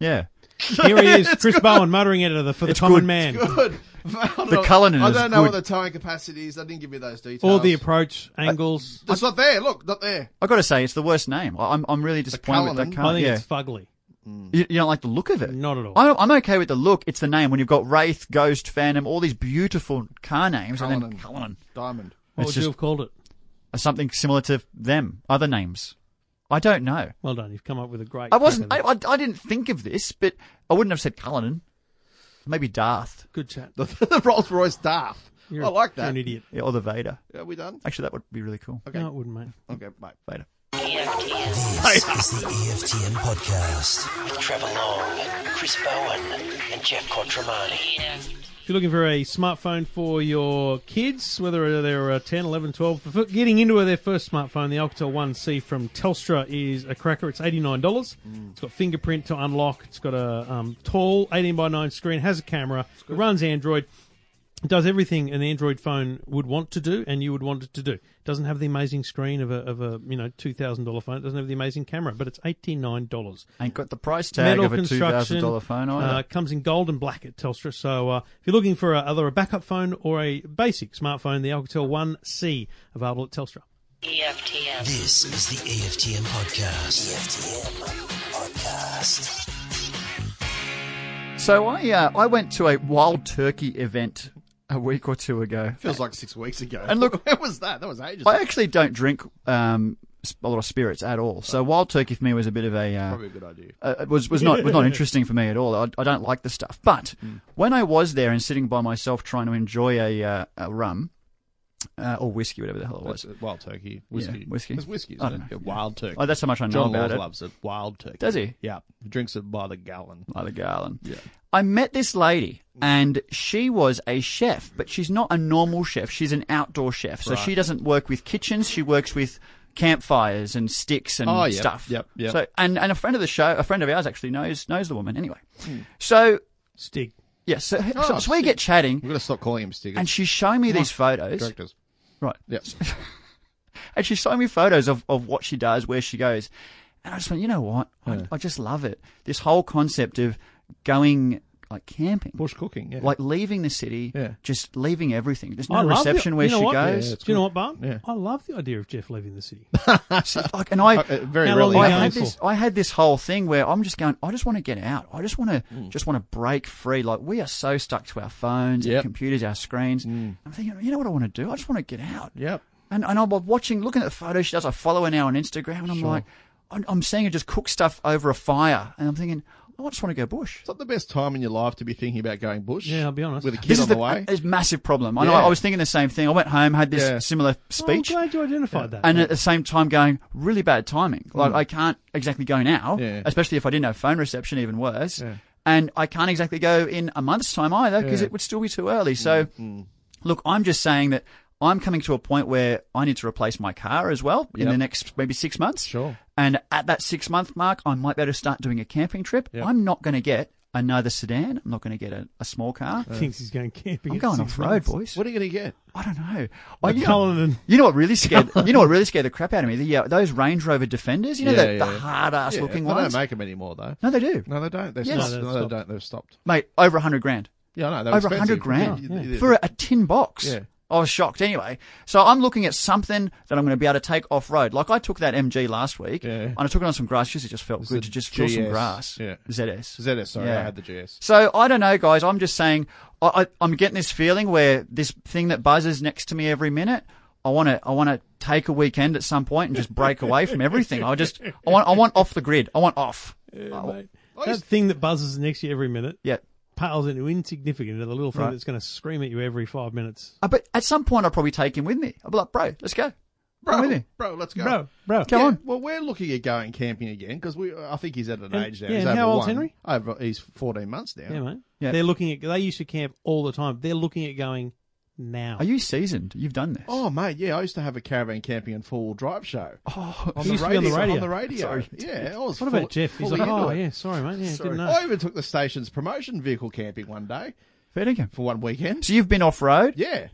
F: Yeah,
E: here he is, Chris Bowen, motoring editor for the
F: It's
E: common
F: good.
E: man,
B: Good. I don't
F: The
B: know-
F: Cullinan
B: I
F: is
B: don't know what
F: good.
B: the towing capacity is. They didn't give me those details.
E: all the approach angles.
B: It's not there. Look, not there.
F: I got to say, it's the worst name. I- I'm I'm really disappointed with that.
B: Cullinan.
E: I
F: Cullinan,
E: think
F: yeah,
E: it's fugly.
F: you, you don't like the look of it.
E: Not at all.
F: I'm, I'm okay with the look. It's the name. When you've got Wraith, Ghost, Phantom, all these beautiful car names, and then
B: Cullinan.
F: Cullinan,
B: Diamond.
E: What would
F: It's
E: you
F: just-
E: have called it?
F: something similar to them, other names. I don't know.
E: Well done. You've come up with a great.
F: I wasn't. I,
E: crack at
F: I, I didn't think of this, but I wouldn't have said Cullinan. Maybe Darth
E: it. Good chat.
B: The, the Rolls Royce Daft.
E: You're
B: I
E: a-
B: like
E: You're
B: that.
E: an idiot.
F: yeah, or the Vader.
B: Are we done?
F: Actually, that would be really cool.
B: Okay.
E: No, it wouldn't, mate.
B: Okay, bye.
F: Vader.
C: EFTM
D: This is the EFTM podcast.
C: with Trevor Long.
D: Chris Bowen and Jeff Quattromani.
E: If you're looking for a smartphone for your kids, whether they're uh, 10, 11, 12, for getting into their first smartphone, the Alcatel 1C from Telstra is a cracker. It's $89.
B: Mm.
E: It's got fingerprint to unlock. It's got a um, tall 18 by 9 screen, has a camera, it runs Android. It does everything an Android phone would want to do, and you would want it to do. It doesn't have the amazing screen of a, of a you know two thousand dollar phone. It doesn't have the amazing camera, but it's eighty nine dollars
F: Ain't got the price tag
E: metal
F: of a two thousand
E: construction.
F: dollar phone
E: Uh,
F: either.
E: comes in gold and black at Telstra. So uh, if you're looking for a, either a backup phone or a basic smartphone, the Alcatel 1C available at Telstra.
C: EFTM.
D: This is the EFTM podcast. EFTM podcast.
F: so I uh, I went to a wild turkey event a week or two ago.
B: Feels like six weeks ago.
F: And look-
B: where was that? That was ages.
F: I actually don't drink um, s- a lot of spirits at all. So wild turkey for me was a bit of a uh,
B: Probably a good idea.
F: uh, it was was not was not interesting for me at all. I, I don't like the stuff. But when I was there and sitting by myself trying to enjoy a uh, a rum uh, or whiskey, whatever the hell it was.
B: That's it. Wild turkey. Whiskey.
F: whiskey.
B: It's whiskey, isn't
F: I
B: it?
F: don't know.
B: Yeah, Wild turkey.
F: Oh, that's how much I know
B: John
F: about
B: Laws
F: it.
B: loves it. Wild turkey.
F: Does he?
B: Yeah. He drinks it by the gallon.
F: by the Garland. Yeah. I met this lady, and she was a chef, but she's not a normal chef. She's an outdoor chef, so she doesn't work with kitchens. She works with campfires and sticks and
B: Oh, yep,
F: stuff.
B: yep, yep.
F: So, and and a friend of the show, a friend of ours actually knows knows the woman. Anyway, so
E: Stig.
F: yes, yeah, so,
B: Hmm. Oh,
F: so, so we
B: Stig.
F: get chatting,
B: We're going to stop calling him Stig.
F: and she's showing me these photos.
B: directors.
F: Right.
B: Yeah.
F: And she's showing me photos of, of what she does, where she goes. And I just went, you know what? I, I just love it. This whole concept of going like camping.
B: Bush cooking. Yeah.
F: like leaving the city,
B: Yeah.
F: just leaving everything. There's
E: I
F: no
E: love
F: reception
E: the-
F: where
E: you know
F: she
E: what?
F: goes.
E: Do you know what, Bart?
B: Yeah.
E: I love the idea of Jeff leaving the city.
F: See, like, and I,
B: Uh, very
E: How
B: rarely.
E: long
F: I
E: going
F: had
E: for?
F: this, I had this whole thing where I'm just going. I just want to get out. I just want to,
B: Mm.
F: just want to break free. Like we are so stuck to our phones, our
B: Yep. Mm.
F: computers, our screens. I'm thinking, you know what I want to do? I just want to get out.
B: Yep.
F: And and I'm watching, looking at the photos she does. I follow her now on Instagram, and I'm like, I'm, I'm seeing her just cook stuff over a fire, and I'm thinking, "Oh, I just want to go bush.
B: It's not the best time in your life to be thinking about going bush.
E: Yeah, I'll be honest.
B: With a kid
F: This
B: on
F: is
B: the,
F: the
B: way.
F: a- a massive problem. I know.
B: Yeah.
F: I was thinking the same thing. I went home, had this
B: Yeah.
F: similar speech.
E: I'm glad you identified that.
F: and at the same time going really bad timing. Like I can't exactly go now,
B: Hmm. Yeah.
F: especially if I didn't have phone reception, even worse. And I can't exactly go in a month's time either because
B: Yeah. Hmm,
F: it would still be too early. So, look, I'm just saying that I'm coming to a point where I need to replace my car as well in the
B: Yep.
F: next maybe six months.
B: Sure.
F: And at that six month mark, I might be able to start doing a camping trip. I'm not going to get another sedan. I'm not going to get a, a small car.
B: Uh,
E: Thinks he's going camping.
F: I'm
E: at
F: going
E: six
F: off road,
E: months.
F: boys.
B: What are you going to get?
F: I don't know. I, you,
E: Cullen
F: know,
E: and-
F: you know what really scared? you know what really scared the crap out of me? The, uh, those Range Rover Defenders. You know
B: Yeah,
F: the,
B: yeah.
F: the hard ass
B: Yeah,
F: looking
B: they
F: ones.
B: don't make them anymore, though.
F: no, they do,
B: No, they don't. They're
F: Yes.
B: stopped. No,
E: No, they're
B: they
E: stopped.
B: don't. They've stopped.
F: mate. Over a hundred grand.
B: Yeah, no, they're
F: Over a
B: expensive.
F: hundred grand
B: Yeah, yeah.
F: for a, a tin box.
B: Yeah.
F: I was shocked anyway. So I'm looking at something that I'm going to be able to take off road. Like I took that MG last week
B: Yeah.
F: and I took it on some grass because it just felt
B: the
F: good to just feel some
B: GS,
F: grass.
B: yeah.
F: ZS.
B: ZS, sorry,
F: Yeah.
B: I had the GS.
F: So I don't know, guys. I'm just saying, I, I, I'm getting this feeling where this thing that buzzes next to me every minute. I want to, I want to take a weekend at some point and just break away from everything. I just, I want, I want off the grid. I want off.
E: Yeah, mate.
B: I
E: That
B: used-
E: thing that buzzes next to you every minute
F: Oh. Yeah.
E: pales into insignificant into the little thing
F: Right.
E: that's going to scream at you every five minutes.
F: Uh, But at some point, I'll probably take him with me. I'll be like, bro, let's go. Come with
B: Bro,
F: me.
B: bro, let's go.
E: Bro, bro.
F: Come
B: Yeah,
F: on.
B: Well, we're looking at going camping again because we. I think he's at an
E: And-
B: age now.
E: yeah,
B: he's
E: and
B: over
E: how old's
B: one.
E: Henry?
B: Over, he's fourteen months now.
E: Yeah, mate.
F: Yeah.
E: They're looking at. They used to camp all the time. They're looking at going now.
F: Are you seasoned? You've done this.
B: Oh mate, yeah. I used to have a caravan camping and four wheel drive show
F: Oh,
B: on,
E: You
B: the
E: used to be
B: radio,
E: on the radio.
B: On the radio.
F: Sorry.
B: yeah. I was
E: what
B: full-
E: about Jeff? He's
B: fully
E: like,
B: into
E: oh
B: it.
E: yeah, sorry, mate. Yeah, didn't know.
B: I even took the station's promotion vehicle camping one day
F: fair dinkum.
B: for one weekend.
F: So you've been off road,
B: Yeah,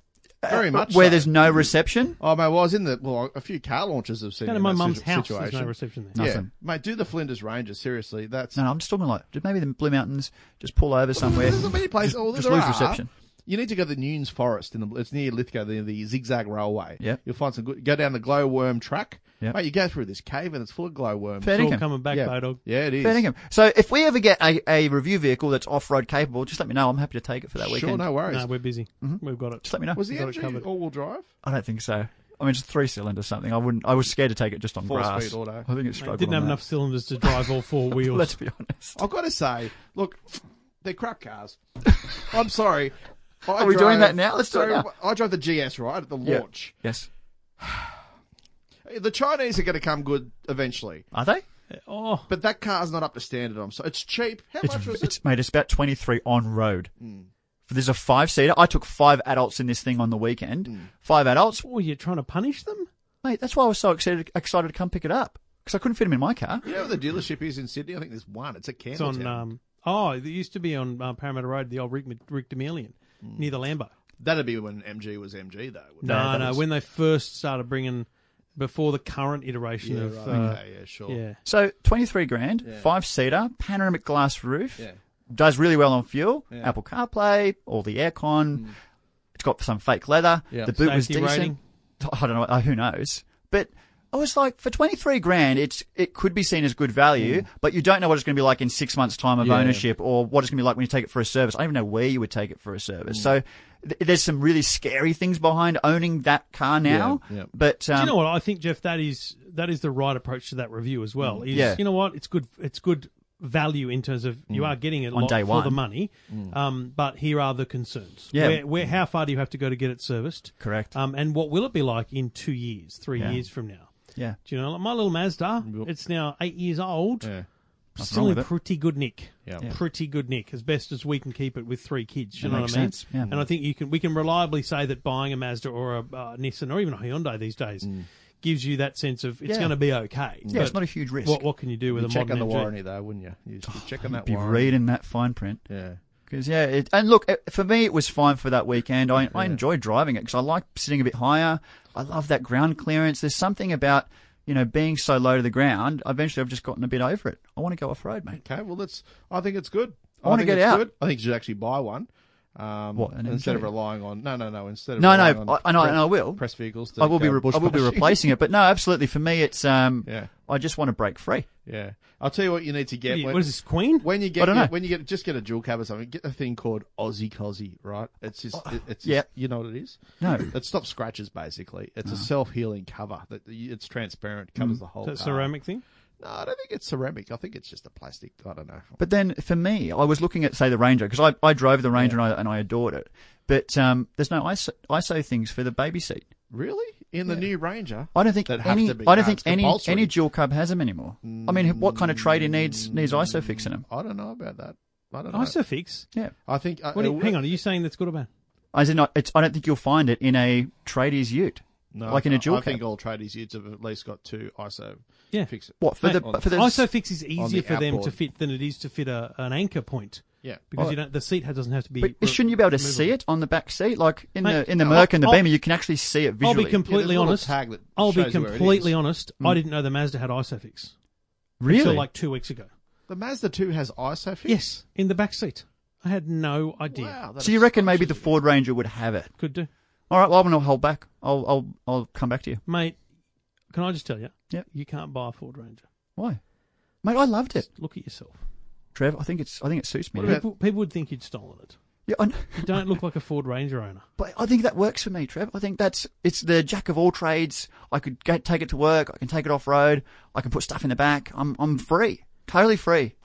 B: very much.
F: Uh, where
B: so.
F: there's no reception.
B: Oh mate, well, I was in the well. A few car launches have seen
E: Go to
B: in
E: my
B: that
E: mum's
B: situ-
E: house.
B: Situation.
E: There's no reception there.
F: No.
B: yeah,
F: Nothing.
B: mate. Do the Flinders Ranges seriously? That's
F: No, no, I'm just talking like maybe the Blue Mountains. Just pull over somewhere.
B: There's a many places.
F: Just-
B: oh, there
F: just lose
B: are.
F: reception.
B: You need to go to the Nunes Forest. In the, it's near Lithgow, the, the zigzag railway.
F: Yep.
B: You'll find some good. Go down the glowworm track.
F: Yep.
B: Mate, you go through this cave and it's full of glowworms.
F: Fair
E: It's all
F: dinkum.
E: coming back,
B: yeah.
E: yeah. dog.
B: Yeah, it is.
F: Fair dinkum. So if we ever get a, a review vehicle that's off road capable, just let me know. I'm happy to take it for that
B: Sure,
F: weekend.
B: no worries.
E: No, we're busy.
B: Mm-hmm.
E: We've got it.
F: Just let me know.
B: was the
E: got it
B: engine
E: covered.
B: all wheel drive?
F: I don't think so. I mean, it's three cylinder something. I wouldn't. I was scared to take it just on
B: Four
F: grass.
B: speed auto.
F: I think it
E: Mate,
F: struggled.
E: didn't
F: on
E: have
F: that.
E: enough cylinders to drive all four wheels.
F: Let's be honest.
B: I've got to say, look, they're crap cars. I'm sorry. I
F: Are we
B: drove-
F: doing that now? Let's do it
B: so
F: now.
B: I drove the GS right at the
F: Yeah.
B: launch.
F: Yes.
B: The Chinese are going to come good eventually,
F: Are they?
E: oh,
B: but that car's not up to standard. I'm so it's cheap. How
F: It's,
B: much was it?
F: it's mate. It's about twenty three on road. There's a five seater. I took five adults in this thing on the weekend. Five adults,
E: oh, you're trying to punish them?
F: mate. That's why I was so excited excited to come pick it up because I couldn't fit them in my car.
B: You know where the dealership is in Sydney? I think there's one. It's a
E: It's
B: Campbelltown.
E: on.
F: uh,
E: Um, oh, it used to be on uh, Parramatta Road, the old Rick, Rick Demelian,
B: Mm.
E: near the Lambo.
B: That'd be when MG was MG though. wouldn't
E: No,
F: that
E: no.
F: was-
E: When they first started bringing, before the current
B: it?
E: iteration
B: Yeah,
E: of,
B: right. Mm.
E: uh,
B: okay, yeah, sure.
E: yeah,
F: So twenty three grand, five seater, panoramic glass roof.
B: Yeah.
F: Does really well on fuel.
B: Yeah.
F: Apple CarPlay, all the aircon. It's got some fake leather.
B: Yeah.
F: The boot
E: Mm.
F: was
E: Safety
F: decent.
E: rating.
F: I don't know. uh, Who knows? But I was like, for twenty three grand, it's it could be seen as good value, but you don't know what it's going to be like in six months' time of
B: Yeah.
F: ownership, or what it's going to be like when you take it for a service. I don't even know where you would take it for a
E: Mm.
F: service. So th- there's some really scary things behind owning that car now.
B: Yeah, yeah.
F: But um,
E: Do you know what I think, Jeff? That is that is the right approach to that review as well. Is
F: Mm. Yeah. Mm.
E: you know what? It's good. It's good value in terms of you are getting it
F: On
E: lot
F: day
E: for
F: one. Mm.
E: the money. Um, but here are the concerns.
F: Yeah.
E: Where, where how far do you have to go to get it serviced?
F: Correct.
E: Um, and what will it be like in two years, three
F: Yeah.
E: years from now?
F: yeah,
E: Do you know? Like my little Mazda, it's now eight years old.
B: Yeah.
E: Still
F: wrong
E: in
F: with it.
E: pretty good nick.
B: Yeah. Yeah.
E: Pretty good nick, as best as we can keep it with three kids. You
F: That
E: know
F: makes
E: what I mean?
F: sense, yeah.
E: And I think you can we can reliably say that buying a Mazda or a uh, Nissan or even a Hyundai these days gives you that sense of it's
F: Mm. Yeah.
E: going to be okay.
F: yeah, it's not a huge risk.
E: What what can you do with
B: You
E: a
B: check on
E: modern
B: the
E: MG?
B: warranty though, wouldn't you? You should be checking that
F: be
B: warranty.
F: reading that fine print.
B: Yeah.
F: Because yeah, it, and look, it, for me, it was fine for that weekend. I I enjoy driving it because I like sitting a bit higher. I love that ground clearance. There's something about you know being so low to the ground. Eventually, I've just gotten a bit over it. I want to go off road, mate.
B: Okay. Well, that's. I think it's good.
F: I wanna
B: think
F: get
B: it's
F: out.
B: Good. I think you should actually buy one. Um,
F: What, an
B: instead
F: MG?
B: of relying on no, no, no. Instead of
F: No,
B: relying on
F: no, I- and I-
B: press-
F: and I will.
B: press vehicles. To
F: I will be
B: go
F: re- I will be
B: bushbashing.
F: replacing it, but no, absolutely. For me, it's um,
B: Yeah.
F: I just want to break free.
B: Yeah, I'll tell you what you need to get.
E: Yeah,
B: when,
E: what is this Queen?
B: When you
F: I
B: get
F: don't know.
B: when you get just get a dual cab or something, get a thing called Aussie Cozzy, right? It's just it- it's just,
F: Oh, Yeah.
B: you know what it is.
F: No.
B: it stops scratches basically. It's a self healing cover that it's transparent, covers the whole.
E: Mm. That
B: car.
E: ceramic thing.
B: No, I don't think it's ceramic. I think it's just a plastic. I don't know.
F: But then for me, I was looking at say the Ranger because I, I drove the Ranger and I and I adored it. But um, there's no ISO, ISO things for the baby seat.
B: Really, in the new Ranger,
F: I don't think
B: that have
F: any.
B: to be.
F: I
B: no,
F: don't think
B: it's
F: any
B: compulsory.
F: any dual cab has them anymore. I mean, what kind of trader needs needs ISO fixing them?
B: I don't know about that. I
F: Uh, Oh,
B: don't know.
E: Isofix.
F: Yeah,
B: I think. uh,
E: What do you,
B: uh,
E: hang on, are you saying that's good or bad?
F: I said not. It's, I don't think you'll find it in a trader's ute.
B: No,
F: like in a
B: I-
F: dual
B: I think
F: cab.
B: all tradies utes have at least got two ISO
E: Yeah.
B: fix it.
F: What for the
E: Mate,
F: for the
E: ISOFIX is easier for them to
B: outboard.
E: fit than it is to fit a, an anchor point
B: Yeah.
E: because you don't, the seat ha- doesn't have to be.
F: But
E: re-
F: shouldn't you be able to
E: removable.
F: see it on the back seat? Like in
E: Mate,
F: the in the
E: I'll-
F: Merc and the
E: I'll-
F: Beamer, you can actually see
E: I'll
F: it
E: be
F: visually.
E: completely
B: Yeah, there's a little
E: honest.
B: tag that
E: I'll be
B: shows you where it
E: completely
B: is. Mm.
E: honest. I didn't know the Mazda had ISOFIX until
F: really?
E: like two weeks ago.
B: Oh, The Mazda 2 has ISO fix?
E: Yes, in the back seat. I had no idea.
B: Wow. that
F: so
B: is
F: you reckon maybe the
B: astonishing.
F: Ford Ranger would have it?
E: Could do,
F: All right. Well, I'm gonna hold back. I'll I'll I'll come back to you.
E: mate. Can I just tell you?
F: Yep.
E: You can't buy a Ford Ranger.
F: Why, mate? I loved it,
E: Look at yourself.
F: Trev. I think it's I think it suits me.
B: What about-
E: People, people would think you'd stolen it.
F: yeah, I know.
E: You don't look like a Ford Ranger owner.
F: but I think that works for me, Trev. I think that's it's the jack of all trades. I could get, take it to work. I can take it off road. I can put stuff in the back. I'm I'm free, totally free.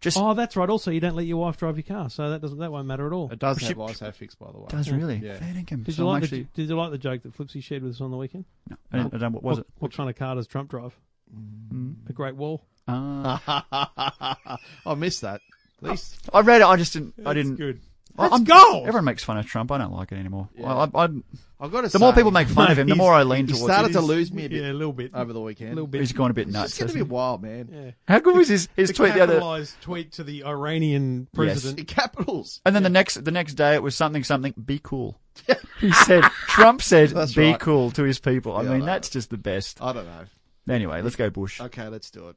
F: Just
E: Oh, that's right. Also, you don't let your wife drive your car, so that doesn't that won't matter at all.
B: It does have
F: Ship-
B: ISO fix, by the way.
F: does really
B: Yeah.
F: fair income.
E: Did
F: So
E: you
F: I'm
E: like
F: actually,
E: the, Did you like the joke that Flipsy shared with us on the weekend?
F: no, I don't, I don't, what was it?
E: What kind of car does Trump drive?
B: Mm.
E: The Great Wall.
F: Ah.
B: I missed that. At least
F: I read it. I just didn't. I didn't.
E: Good.
F: I-
E: Let's
F: I'm-
E: go!
F: Everyone makes fun of Trump. I don't like it anymore.
B: Yeah.
F: I, I, I, the
B: I've got to say,
F: more people make fun of him, the
E: He's-
F: more I lean
B: he
F: towards
B: started
F: it.
B: to lose me a bit
E: Yeah, a little bit.
B: over the weekend.
E: little bit.
F: He's gone a bit nuts.
B: It's going to be
F: hasn't
B: wild, man.
E: Yeah.
F: he? How good was his, his
E: The
F: tweet the other?
E: capitalised tweet to the Iranian
F: Yes.
E: president.
B: The Capitals.
F: And then the next the next day, it was something something. Be cool. he said Trump said
B: That's
F: be
B: right.
F: cool to his people. I
B: Yeah, I
F: mean,
B: know.
F: that's just the best.
B: I don't know.
F: Anyway, let's go Bush.
B: Okay, let's do it.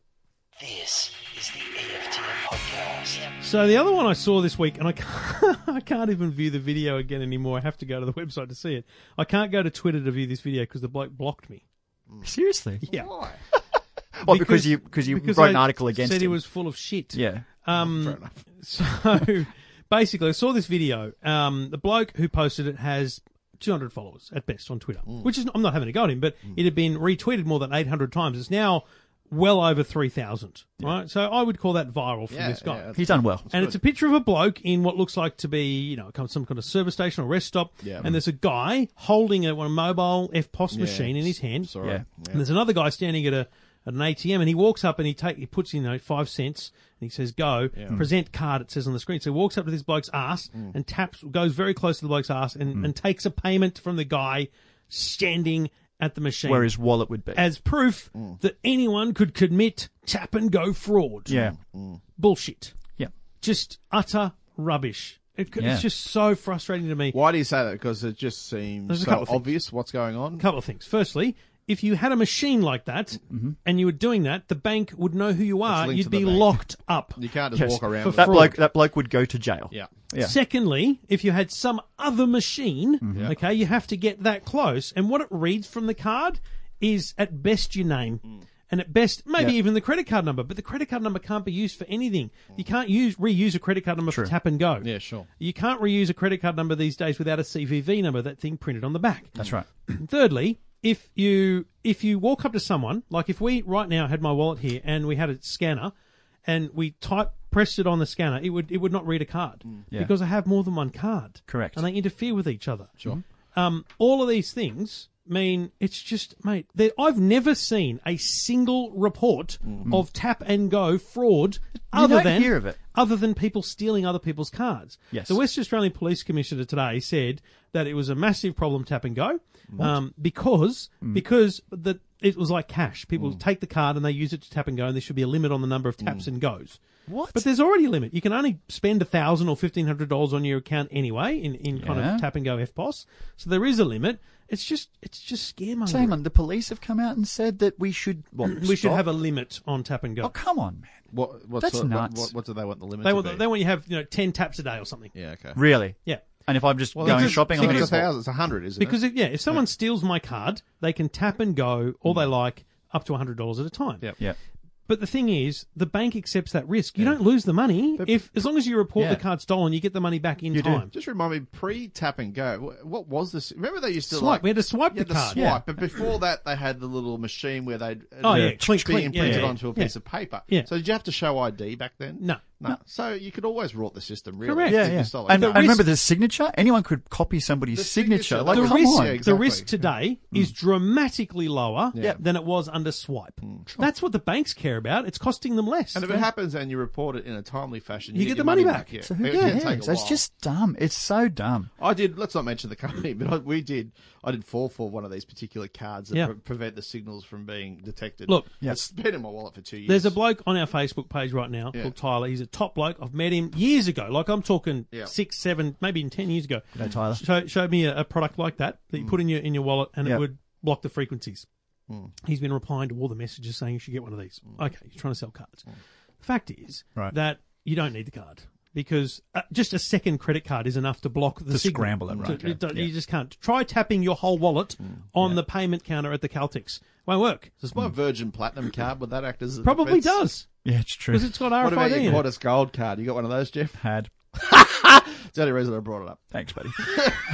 D: This is the EFTM podcast.
E: So the other one I saw this week, and I can't, I can't even view the video again anymore. I have to go to the website to see it. I can't go to Twitter to view this video because the bloke blocked me.
F: Seriously?
E: Yeah.
B: Why?
F: Well, because, you because you
E: because
F: wrote
E: I
F: an article against
E: said he
F: him.
E: was full of shit.
F: yeah.
E: Um, so basically, I saw this video. Um, the bloke who posted it has 200 followers at best on Twitter,
F: Hmm.
E: which is I'm not having a go at him, but it had been retweeted more than 800 times. It's now well over 3,000. Right, so I would call that viral from
B: Yeah,
E: this guy.
B: yeah,
F: He's done well.
E: and it's a picture of a bloke in what looks like to be, you know, come- some kind of service station or rest stop.
B: Yeah.
E: And there's a guy holding a, a mobile FPOS
B: Yeah,
E: machine in his hand.
B: Sorry.
F: Yeah.
E: And there's another guy standing at a at an ATM, and he walks up and he take he puts in you know, five cents and he says, "Go Mm. present card." It says on the screen. So he walks up to this bloke's ass and taps, goes very close to the bloke's ass, and, and takes a payment from the guy standing at the machine
F: Where his wallet would be.
E: as proof that anyone could commit tap and go fraud.
F: yeah.
E: bullshit,
F: Yeah.
E: just utter rubbish. It, c
F: Yeah.
E: It's just so frustrating to me.
B: Why do you say that? Because it just seems
E: There's a
B: so
E: couple of things.
B: obvious what's going on.
E: couple of things. Firstly, if you had a machine like that and you were doing that, the bank would know who you are.
B: Mm-hmm. linked
E: You'd
B: to the
E: be
B: bank.
E: locked up.
B: You can't just
F: Yes.
B: walk around.
E: For
B: with
F: That
B: it.
E: fraud.
F: bloke that bloke would go to jail.
B: Yeah. Mm-hmm.
F: Yeah.
E: Secondly, if you had some other machine, okay, you have to get that close. And what it reads from the card is at best your name. And at best, maybe
F: Yeah.
E: even the credit card number, but the credit card number can't be used for anything. You can't use reuse a credit card number for tap and go.
B: Yeah, sure.
E: You can't reuse a credit card number these days without a CVV number, that thing printed on the back.
F: That's right.
E: Thirdly, if you if you walk up to someone, like if we right now had my wallet here and we had a scanner and we type pressed it on the scanner, it would it would not read a card
F: Mm. Yeah.
E: because I have more than one card.
F: Correct.
E: And they interfere with each other.
B: Sure.
E: Um, all of these things mean it's just mate. That I've never seen a single report of tap and go fraud other
F: Mm. don't
E: than
F: hear of it.
E: other than people stealing other people's cards.
F: Yes.
E: The West Australian Police Commissioner today said that it was a massive problem tap and go um, because because that it was like cash. People take the card and they use it to tap and go, and there should be a limit on the number of taps and goes.
F: What?
E: But there's already a limit. You can only spend a thousand or fifteen hundred dollars on your account anyway in, in kind
F: Yeah.
E: of tap and go FPOS. So there is a limit. It's just it's just scaremongering.
F: So hang on, the police have come out and said that we should. Well,
E: we should
F: stop.
E: have a limit on tap and go.
F: Oh come on, man!
B: What, what,
F: That's
B: sort, what,
F: nuts.
B: what, what do they want the limit
E: They
B: to
E: want
B: be?
E: they want you to have you know ten taps a day or something.
B: yeah, okay.
F: Really?
E: Yeah.
F: And if I'm just
B: Well,
F: going
B: it's-
F: shopping, I'm
B: it's
F: going
B: a
F: to get
B: thousand, it's a hundred, isn't
E: Because
B: it?
E: if, yeah, if someone steals my card, they can tap and go all they like up to hundred dollars at a time.
B: Yep.
F: yeah.
E: But the thing is, the bank accepts that risk. You don't lose the money if as long as you report
F: Yeah.
E: the card stolen, you get the money back in
F: You do.
E: time.
B: Just remind me, pre tap and go. wh- What was this? Remember they used to
E: Swipe.
B: like
E: we had to swipe
B: you had
E: the
B: to
E: card.
B: swipe, but before that they had the little machine where they'd
E: Oh, yeah,
B: it'd
E: clink,
B: be
E: clink, yeah,
B: imprinted
E: yeah,
B: onto a
E: yeah.
B: piece of paper.
E: Yeah.
B: So did you have to show ID back then?
E: No.
B: No. So you could always rort the system, really.
E: Correct.
B: if
E: Yeah,
B: you
F: Yeah, yeah.
B: stole it.
F: And,
B: No,
F: and remember the signature? Anyone could copy somebody's
B: The
F: signature.
B: signature,
F: Like,
E: the
B: that's
F: come
E: risk,
F: on.
B: Yeah,
E: the risk
B: exactly.
E: today is dramatically lower
F: Yeah.
E: than it was under swipe. That's what the banks care about. It's costing them less.
B: and if it happens and you report it in a timely fashion, you,
E: You get
B: your
E: the money back.
B: Yeah.
F: So who
B: It can
F: cares?
B: take a
F: It's
B: while.
F: just dumb. It's so dumb.
B: I did. Let's not mention the company, but I, we did. I did fall for one of these particular cards that
E: Yeah.
B: pre- prevent the signals from being detected.
E: Look,
F: Yeah.
B: it's been in my wallet for two years.
E: There's a bloke on our Facebook page right now
B: Yeah.
E: called Tyler. He's a top bloke. I've met him years ago. Like I'm talking
B: Yeah.
E: six, seven, maybe even ten years ago.
F: G'day, Tyler.
E: Show, showed me a, a product like that that you put in your in your wallet and
F: Yeah.
E: it would block the frequencies.
F: Hmm.
E: He's been replying to all the messages saying you should get one of these. Okay, you're trying to sell cards. The fact is
F: Hmm. Right.
E: that you don't need the card because uh, just a second credit card is enough to block the
F: To
E: signal.
F: scramble it,
E: To-
F: right, Hmm.
E: to-
F: okay.
E: You just can't. Try tapping your whole wallet on the payment counter at the Caltex. Won't work.
B: Does my Virgin Platinum card would that act as a
E: Probably
B: defense?
E: does
F: Yeah, it's true.
E: because it's got RFID
B: What about
E: in
B: your
E: it.
B: Qantas Gold card? You got one of those, Jeff?
F: Had.
B: It's the only reason I brought it up.
F: Thanks, buddy.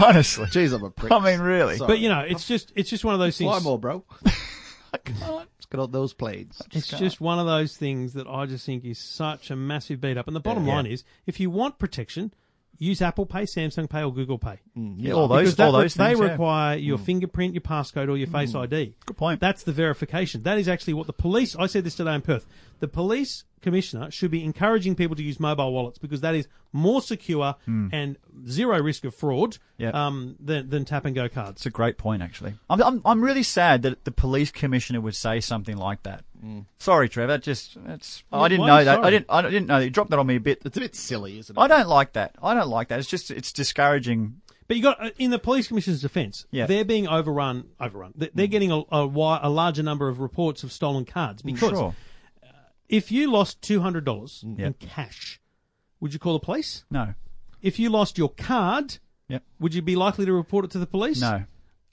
F: Honestly.
B: Jeez, I'm a prick.
F: I mean, really.
B: Sorry.
E: But you know, it's just it's just one of those
B: Fly
E: things.
B: more, bro.
F: I can't.
B: Let's get on those planes.
E: It's just one of those things that I just think is such a massive beat up. And the bottom line is, if you want protection, use Apple Pay, Samsung Pay, or Google Pay.
F: Yeah, Mm. all those,
E: Because that
F: all
E: re-
F: those
E: they
F: things. yeah. Mm.
E: require your fingerprint, your passcode, or your Face ID.
F: Good point.
E: That's the verification. That is actually what the police. I said this today in Perth. The police commissioner should be encouraging people to use mobile wallets because that is more secure and zero risk of fraud
F: Mm. Yeah.
E: um, than, than tap and go cards.
F: It's a great point, actually. I'm, I'm, I'm really sad that the police commissioner would say something like that.
B: Mm.
F: Sorry, Trevor. Just that's. I didn't
E: why
F: know
E: you
F: that. I
E: sorry?
F: didn't. I didn't know. that. You dropped that on me a bit.
B: It's a bit silly, isn't it?
F: I don't like that. I don't like that. It's just. It's discouraging.
E: But you got uh, in the police commissioner's defence,
F: Yeah. Mm.
E: they're being overrun. Overrun. They- They're getting a, a, wi- a larger number of reports of stolen cards because
F: Mm, Sure. Mm,
E: if you lost two hundred dollars
F: Yeah.
E: in cash, would you call the police?
F: No.
E: If you lost your card,
F: Yep.
E: would you be likely to report it to the police?
F: No.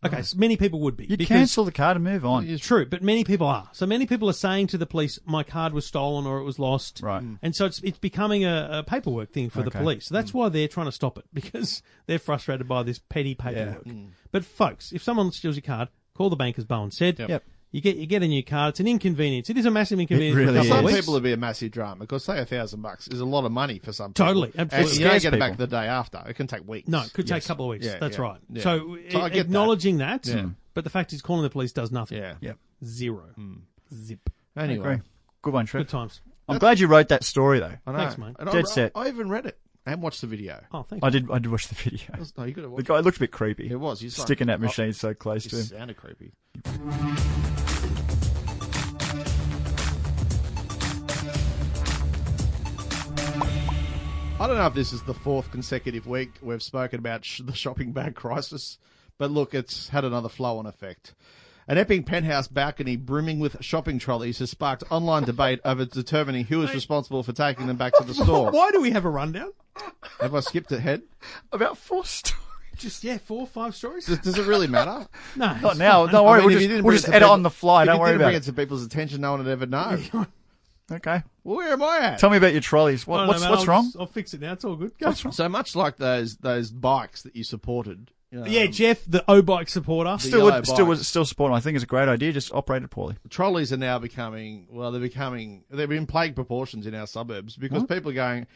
E: Okay, so many people would be.
F: You
E: because-
F: cancel the card and move on.
E: True, but many people are. So many people are saying to the police, "My card was stolen or it was lost."
F: Right. Mm.
E: And so it's it's becoming a, a paperwork thing for the
F: Okay.
E: police. So
B: Mm.
E: that's why they're trying to stop it because they're frustrated by this petty paperwork.
B: Mm.
E: But folks, if someone steals your card, call the bank as Bowen said.
F: Yep.
E: You get you get a new card. It's an inconvenience. It is a massive inconvenience.
F: really
E: for a couple
B: Some
E: of
F: is.
E: weeks.
B: people would be a massive drama because say a thousand bucks is a lot of money for some people.
E: Totally, absolutely.
B: And you don't
F: Scares
B: get it back
F: people.
B: the day after. It can take weeks.
E: No, it could take
B: Yes.
E: a couple of weeks.
B: Yeah,
E: that's
B: yeah,
E: right.
B: yeah.
E: So,
B: So I get that.
E: acknowledging that,
B: Yeah.
E: but the fact is, calling the police does nothing.
B: Yeah.
F: Yep.
E: Zero. Zip.
B: Anyway,
F: Agree. Good one,
E: Good
F: Trev.
E: times.
F: I'm glad you wrote that story though.
B: I know.
E: Thanks, mate.
B: And I,
F: Dead set.
B: I even read it and watched the video.
E: Oh, thank
F: I
E: you.
F: did. I did watch the video.
B: No, you got to
F: The
B: watch.
F: guy looked a bit creepy.
B: It was. He's like- uh,
F: sticking that
B: oh,
F: machine so close
B: It
F: to him.
B: sounded creepy. I don't know if this is the fourth consecutive week we've spoken about sh- the shopping bag crisis, but look, it's had another flow on effect. An Epping penthouse balcony brimming with shopping trolleys has sparked online debate over determining who is responsible for taking them back to the store.
E: Why do we have a rundown?
B: Have I skipped ahead?
F: About four stories.
E: Just yeah, four, five stories.
B: Does, does it really matter?
E: No,
F: Not now. Don't worry.
B: I mean, if you
F: we'll just,
B: didn't
F: we'll
B: bring
F: just
B: to
F: edit
B: people-
F: on the fly.
B: if
F: Don't
B: you
F: worry
B: didn't
F: about
B: bring
F: it.
B: it to people's attention. No one would ever know.
F: Okay.
B: Well, where am I at?
F: Tell me about your trolleys.
E: I
F: What,
E: don't know,
F: what's
E: man.
F: what's
E: I'll
F: wrong?
E: just- I'll fix it now. It's all good. Go.
F: What's wrong?
B: So much like those those bikes that you supported. you know,
E: yeah, Jeff, the O Bike supporter.
B: The
F: Still,
B: yellow
F: would, still, would,
B: bikes.
F: still support. 'em. I think it's a great idea. Just operated poorly.
B: trolleys are now becoming well, they're becoming they're in plague proportions in our suburbs because people are going,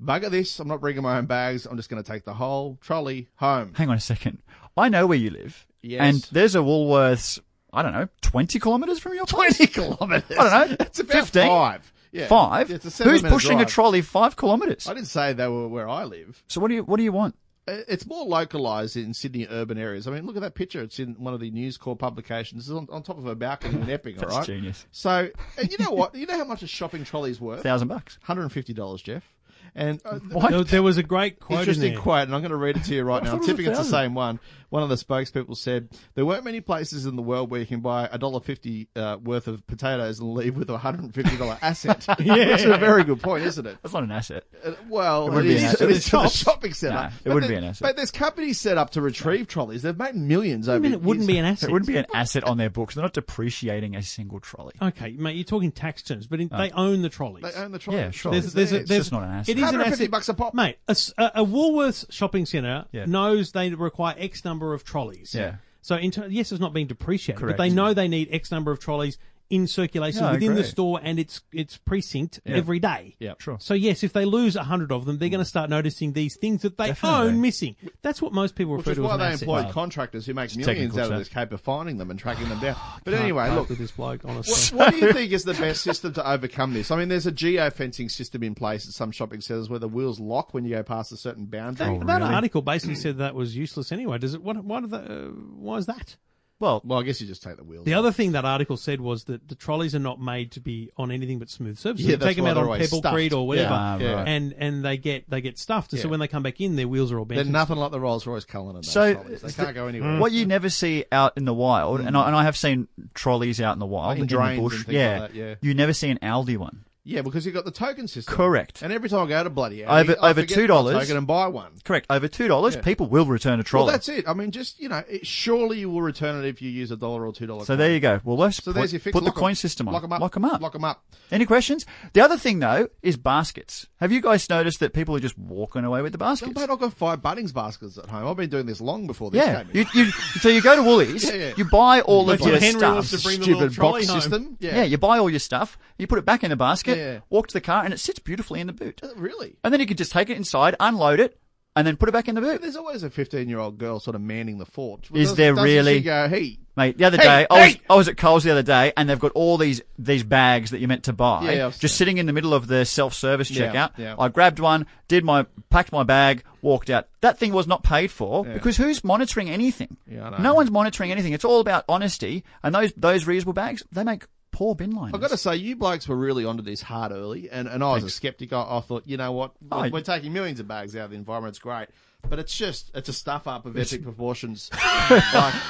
B: bugger this. I'm not bringing my own bags. I'm just going to take the whole trolley home.
F: Hang on a second. I know where you live.
B: Yes.
F: And there's a Woolworths. I don't know, twenty kilometers from your place.
B: Twenty kilometres.
F: I don't know.
B: It's about
F: 15?
B: five. Yeah.
F: Five.
B: It's a
F: Who's
B: seven-minute
F: pushing
B: drive.
F: a trolley five kilometers?
B: I didn't say they were where I live.
F: So what do you what do you want?
B: Uh, It's more localized in Sydney urban areas. I mean, look at that picture. It's in one of the News Corp publications. It's on, on top of a balcony in Epping, all
F: That's
B: right?
F: genius.
B: So, and you know what? You know how much a shopping trolley's worth?
F: Thousand bucks.
B: $150, Jeff. And uh, th-
F: What?
E: There, there was a great quote in
B: interesting
E: there.
B: quote, and I'm going to read it to you right now. I'm
F: thought it was
B: tipping it's the
F: 1,000.
B: same one. One of the spokespeople said, There weren't many places in the world where you can buy $1.50 uh, worth of potatoes and leave with a $150 asset. yeah. Which is a very good point, isn't it?
F: That's not an asset.
B: Uh, Well, it,
F: wouldn't be
B: is,
F: an asset.
B: it is to the
F: Shops.
B: shopping centre.
F: No, it
B: But
F: wouldn't
B: there-
F: be an asset.
B: But there's companies set up to retrieve trolleys. They've made millions over
E: I mean, it wouldn't be
B: years.
E: an asset.
F: It wouldn't be an asset on their books. They're not depreciating a single trolley.
E: Okay, mate, you're talking tax terms, but in,
F: Oh.
E: they own the trolleys.
B: They own the trolley.
F: Yeah, sure.
E: there's, there's, a-
B: It's
E: there's-
F: just not an asset.
E: It is an
B: 150
E: asset.
B: bucks a pop.
E: mate. A, s- a- a Woolworths shopping centre
F: Yeah.
E: knows they require X number of trolleys.
F: Yeah.
E: So in ter- yes, it's not being depreciated,
F: Correct.
E: but they know they need X number of trolleys in circulation
F: Yeah, I
E: within the
F: agree.
E: store and its its precinct
B: Yeah.
E: every day.
B: Yeah.
F: Sure.
E: So yes, if they lose hundred of them, they're going to start noticing these things that they
F: Definitely.
E: own missing. That's what most people
B: Which
E: refer
B: is
E: to as
B: why
E: an
B: they
E: asset.
B: employ contractors who make millions
F: technical Oh,
B: out of
F: chat.
B: this cape of finding them and tracking them down. But
E: Can't
B: anyway,
E: cope
B: look,
E: with this bloke, honestly.
B: What, what do you think is the best system to overcome this? I mean, there's a geofencing system in place at some shopping centres where the wheels lock when you go past a certain boundary.
E: That,
F: Oh,
E: that article basically said that was useless anyway. Does it? What? Why, did that, uh, why is that?
F: Well,
B: Well, I guess you just take the wheels.
E: The
B: off.
E: other thing that article said was that the trolleys are not made to be on anything but smooth surfaces.
B: Yeah,
E: you
B: that's
E: take them
B: why
E: out
B: they're
E: on
B: always
E: pebble
B: stuffed.
E: creek or whatever,
B: Yeah, yeah.
E: and and they get they get stuffed. And So
B: Yeah.
E: when they come back in, their wheels are all bent.
B: They're
E: and
B: nothing like the Rolls Royce Cullinan. those
F: So,
B: trolleys. they
F: it's
B: can't
F: the- Mm.
B: go anywhere.
F: what you never see out in the wild, and, I, and I have seen trolleys out in the wild,
B: Mm. in
F: in, the
B: drains and
F: bush.
B: things like
F: yeah.
B: that, yeah.
F: you never see an Aldi one.
B: Yeah, because you've got the token system.
F: Correct.
B: And every time I go to bloody Aldi,
F: Over-
B: I
F: over
B: forget
F: $2.
B: my Token and buy one.
F: Correct. Over two dollars, people will return a trolley.
B: Well, that's it. I mean, just you know, it, surely you will return it if you use a dollar or two dollars.
F: so there you go. Well, let's
B: So
F: put,
B: there's your fix.
F: put the
B: Lock 'em.
F: coin system on.
B: Lock them up.
F: Lock 'em up.
B: Lock 'em up.
F: Any questions? The other thing though is baskets. Have you guys noticed that people are just walking away with the
B: Oh,
F: baskets?
B: mate, I've got five Bunnings baskets at home. I've been doing this long before this
F: yeah.
B: came in.
F: You, you, so you go to Woolies,
B: Yeah, yeah.
F: you buy all of
E: That's
F: your
E: what Henry
F: stuff.
E: wants to bring the little
B: Stupid
E: trolley
B: box
E: home.
B: system.
F: yeah.
B: Yeah.
F: you buy all your stuff, you put it back in the basket,
B: Yeah.
F: walk to the car, and it sits beautifully in the boot.
B: Uh, Really?
F: And then you can just take it inside, unload it, and then put it back in the boot.
B: There's always a 15 year old girl sort of manning the fort.
F: Is
B: Doesn't-
F: there
B: doesn't
F: really?
B: She go, hey.
F: Mate, the other
B: Hey,
F: day, I, was,
B: hey!
F: I was at Coles the other day, and they've got all these these bags that you're meant to buy,
B: Yeah, I've
F: just
B: seen.
F: sitting in the middle of the self service
B: Yeah,
F: checkout.
B: yeah.
F: I grabbed one, did my packed my bag, walked out. That thing was not paid for because who's monitoring anything?
B: Yeah, I know.
F: No one's monitoring anything. It's all about honesty, and those those reusable bags they make poor bin liners.
B: I've got to say, you blokes were really onto this hard early, and, and I was a skeptic. I, I thought, you know what?
F: Oh,
B: We're,
F: you-
B: we're taking millions of bags out of the environment. It's great. But it's just, it's a stuff up of epic proportions.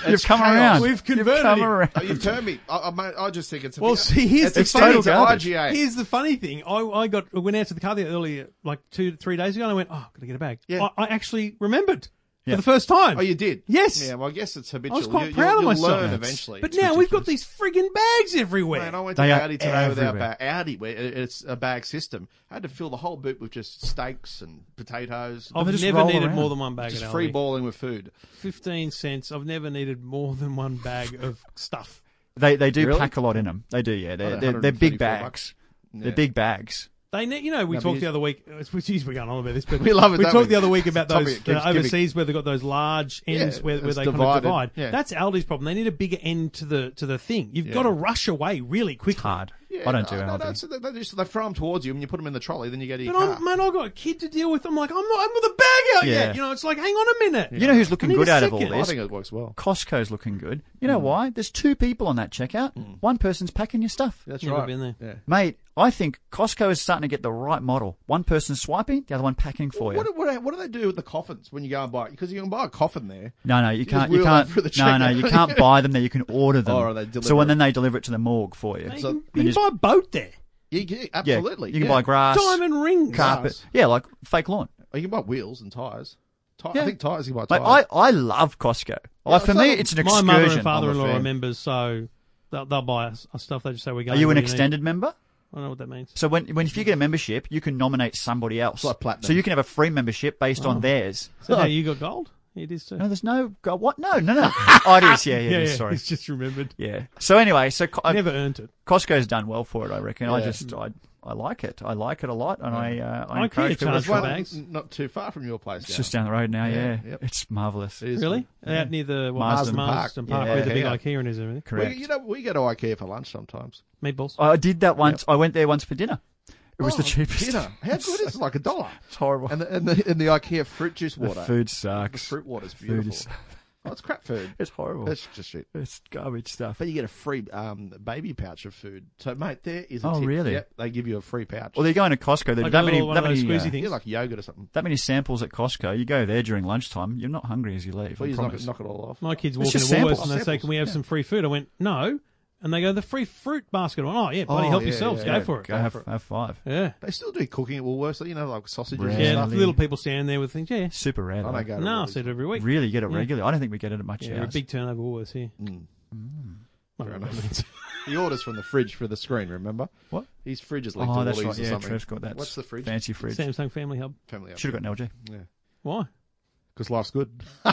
F: You've come around.
E: We've
F: You've
E: converted
F: come
E: him.
F: around.
B: Oh, you've turned me. I, I, mate, I just think it's a
E: Well, see, here's
B: it's
E: the
B: extended
F: total
B: to
F: garbage.
B: IGA.
E: Here's the funny thing. I, I got I went out to the car the earlier, like two three days ago, and I went, "Oh, gotta get a bag."
B: Yeah.
E: I, I actually remembered
F: Yeah.
E: for the first time.
B: oh, you did?
E: Yes.
B: Yeah, well, I guess it's habitual.
E: I was quite
B: you,
E: proud
B: you'll,
E: of
B: you'll
E: myself.
B: learn eventually.
E: But now we've got these friggin' bags everywhere.
B: Man, I went
F: They
B: to
F: are
B: Audi today without
F: everywhere.
B: ba- Audi. where it- It's a bag system. I had to fill the whole boot with just steaks and potatoes.
F: They
E: I've
F: just
E: never
F: roll
E: needed
F: around.
E: more than one bag.
B: just
E: at
B: free
E: Aldi.
B: balling with food.
E: 15 cents. I've never needed more than one bag of stuff.
F: They they do
B: Really?
F: pack a lot in them. They do, yeah. They're
B: they're
F: they're, they're
B: 134
F: big bags.
B: bucks.
F: They're
B: Yeah.
F: big bags.
E: They, ne- you know, we
B: but
E: talked
B: you-
E: the other week. uh, it's- Geez, we're going on about this, but
B: We love it,
E: We
B: don't
E: talked
B: we?
E: the other week about
B: It's a topic
E: those
B: that keeps
E: uh,
B: giving.
E: overseas where they've got those large ends
B: Yeah,
E: where, where
B: it's
E: they kind of
B: divided.
E: divide.
B: Yeah.
E: That's Aldi's problem. They need a bigger end to the to the thing. You've
B: Yeah.
E: got to rush away really quickly.
F: Hard.
B: Yeah,
F: I don't do
B: no,
F: Aldi.
B: No, no, so they, they just, they throw them towards you and you put them in the trolley, then you go to your
E: But
B: car.
E: I'm, man, I've got a kid to deal with. I'm like, I'm not. I'm with a bag out
F: Yeah.
E: yet. You know, it's like, hang on a minute.
F: You know who's looking
E: I need
F: good
E: a
F: out of all
E: second.
B: I
F: this?
B: think it works well.
F: Costco's looking good. You
B: Hmm.
F: know why? There's two people on that checkout. One person's packing your stuff.
B: That's
E: Never
B: right.
E: been there.
B: Hmm. Yeah.
F: Mate, I think Costco is starting to get the right model. One person swiping, the other one packing for you.
B: What, what, what do they do with the coffins when you go and buy? Because you can buy a coffin there.
F: No, no, you
B: just
F: can't. You
B: wheel
F: can't.
B: them through the
F: No, no,
B: checkout.
F: you can't buy them there. You can order them.
B: Or are they
F: so when
B: deliberate?
F: then they deliver it to the morgue for you.
E: You
F: So-
E: can,
F: and
E: you can
F: just-
E: buy a boat there.
B: You, you,
F: yeah,
B: absolutely.
F: You can
B: yeah.
F: buy grass,
E: Diamond rings.
F: carpet.
B: grass.
F: Yeah, like fake lawn.
B: Oh, You can buy wheels and tyres. Ti-
F: Yeah.
B: I think tyres, you can buy
F: Mate,
B: tyres.
F: I, I love Costco. Like, for
B: it's
F: me,
B: like
F: it's an
E: My
F: excursion.
E: mother and
B: I'm a
E: father-in-law are
B: fan.
E: members, so they'll, they'll buy us us stuff. They just say we're
F: Are
E: going.
F: you an
E: What do need?
F: extended member?
E: I don't know what that means.
F: So when, when if you get a membership, you can nominate somebody else.
B: like platinum.
F: So you can have a free membership based
B: Oh.
F: on theirs.
E: So now you got gold? It is too.
F: No, there's no go- what? No, no, no. oh, it is. Yeah, yeah, it is, Sorry.
E: It's just remembered.
F: Yeah. So anyway, so Co- uh,
E: Never earned it.
F: Costco's done well for it, I reckon. I
B: Yeah.
F: just I I like it. I like it a lot, and I uh, I
E: IKEA charge
F: encourage people to
B: There's
E: for
F: try
B: one
F: it.
E: bags.
B: n- not too far from your place.
F: It's
B: now.
F: just down the road now. Yeah,
B: Yeah, yep.
F: it's marvelous.
B: It is
E: Really?
B: good. Yeah.
E: Out near the what,
F: Marsden
E: Marsden
F: Park.
E: Park,
F: Yeah.
E: where the big
B: Yeah.
E: IKEA is and everything.
F: Correct.
B: We, you know, we go to IKEA for lunch sometimes.
E: Meatballs.
F: I did that once. I went there once for dinner. It was the
B: Oh,
F: cheapest.
B: Dinner. How good is it? Like a dollar.
F: It's horrible.
B: And the, and the and the IKEA fruit juice
F: the
B: water.
F: food
B: The
F: sucks.
B: fruit water's
F: Food
B: beautiful.
F: is-
B: Oh, it's crap food.
F: It's horrible. It's,
B: That's just shit.
F: garbage stuff.
B: But you get a free um, baby pouch of food. So, mate, there is a
F: Oh,
B: tip.
F: really?
B: Yep, they give you a free pouch.
F: Well, they're going to Costco. They
E: Like
F: do that
E: a
F: many
E: little one
F: that
E: of those
F: many uh,
E: squeezy things.
B: yeah, like yogurt or something.
F: that many samples at Costco. You go there during lunchtime. You're not hungry as you leave. I
B: Please knock
F: promise.
B: it, knock it all off.
E: My kids walk into
F: just
E: Woolworths
F: samples.
E: and they say,
B: Samples,
E: "Can we have some free food?" I went, "No," and they go, "The free fruit basket." I went, "Oh yeah, bloody
B: Oh,
E: help
B: yeah,
E: yourselves,
B: yeah,
E: go for it."
F: Go have, have five.
E: Yeah,
B: They still do cooking at Woolworths, you know, like sausages
F: Really?
E: yeah.
B: and
E: the
B: stuff.
E: Little people stand there with things. Yeah,
F: Super rare.
B: I
F: though.
B: don't go to
E: no, I
B: Woolies.
E: see it every week.
F: Really, you get it
E: Yeah.
F: regularly. I don't think we get it at much.
E: Yeah,
F: else.
E: big turnover Woolworths here.
B: Mm.
E: I don't know what that means.
B: He orders from the fridge for the screen, remember?
F: What?
B: His fridge is linked
F: Oh,
B: to
F: that's
B: Woolies
F: right.
B: or
F: Yeah,
B: something.
F: Trev's got that.
B: What's the fridge?
F: Fancy fridge.
E: Samsung Family Hub.
B: Family.
F: Should have got an LG.
B: Yeah.
E: Why?
B: because life's good.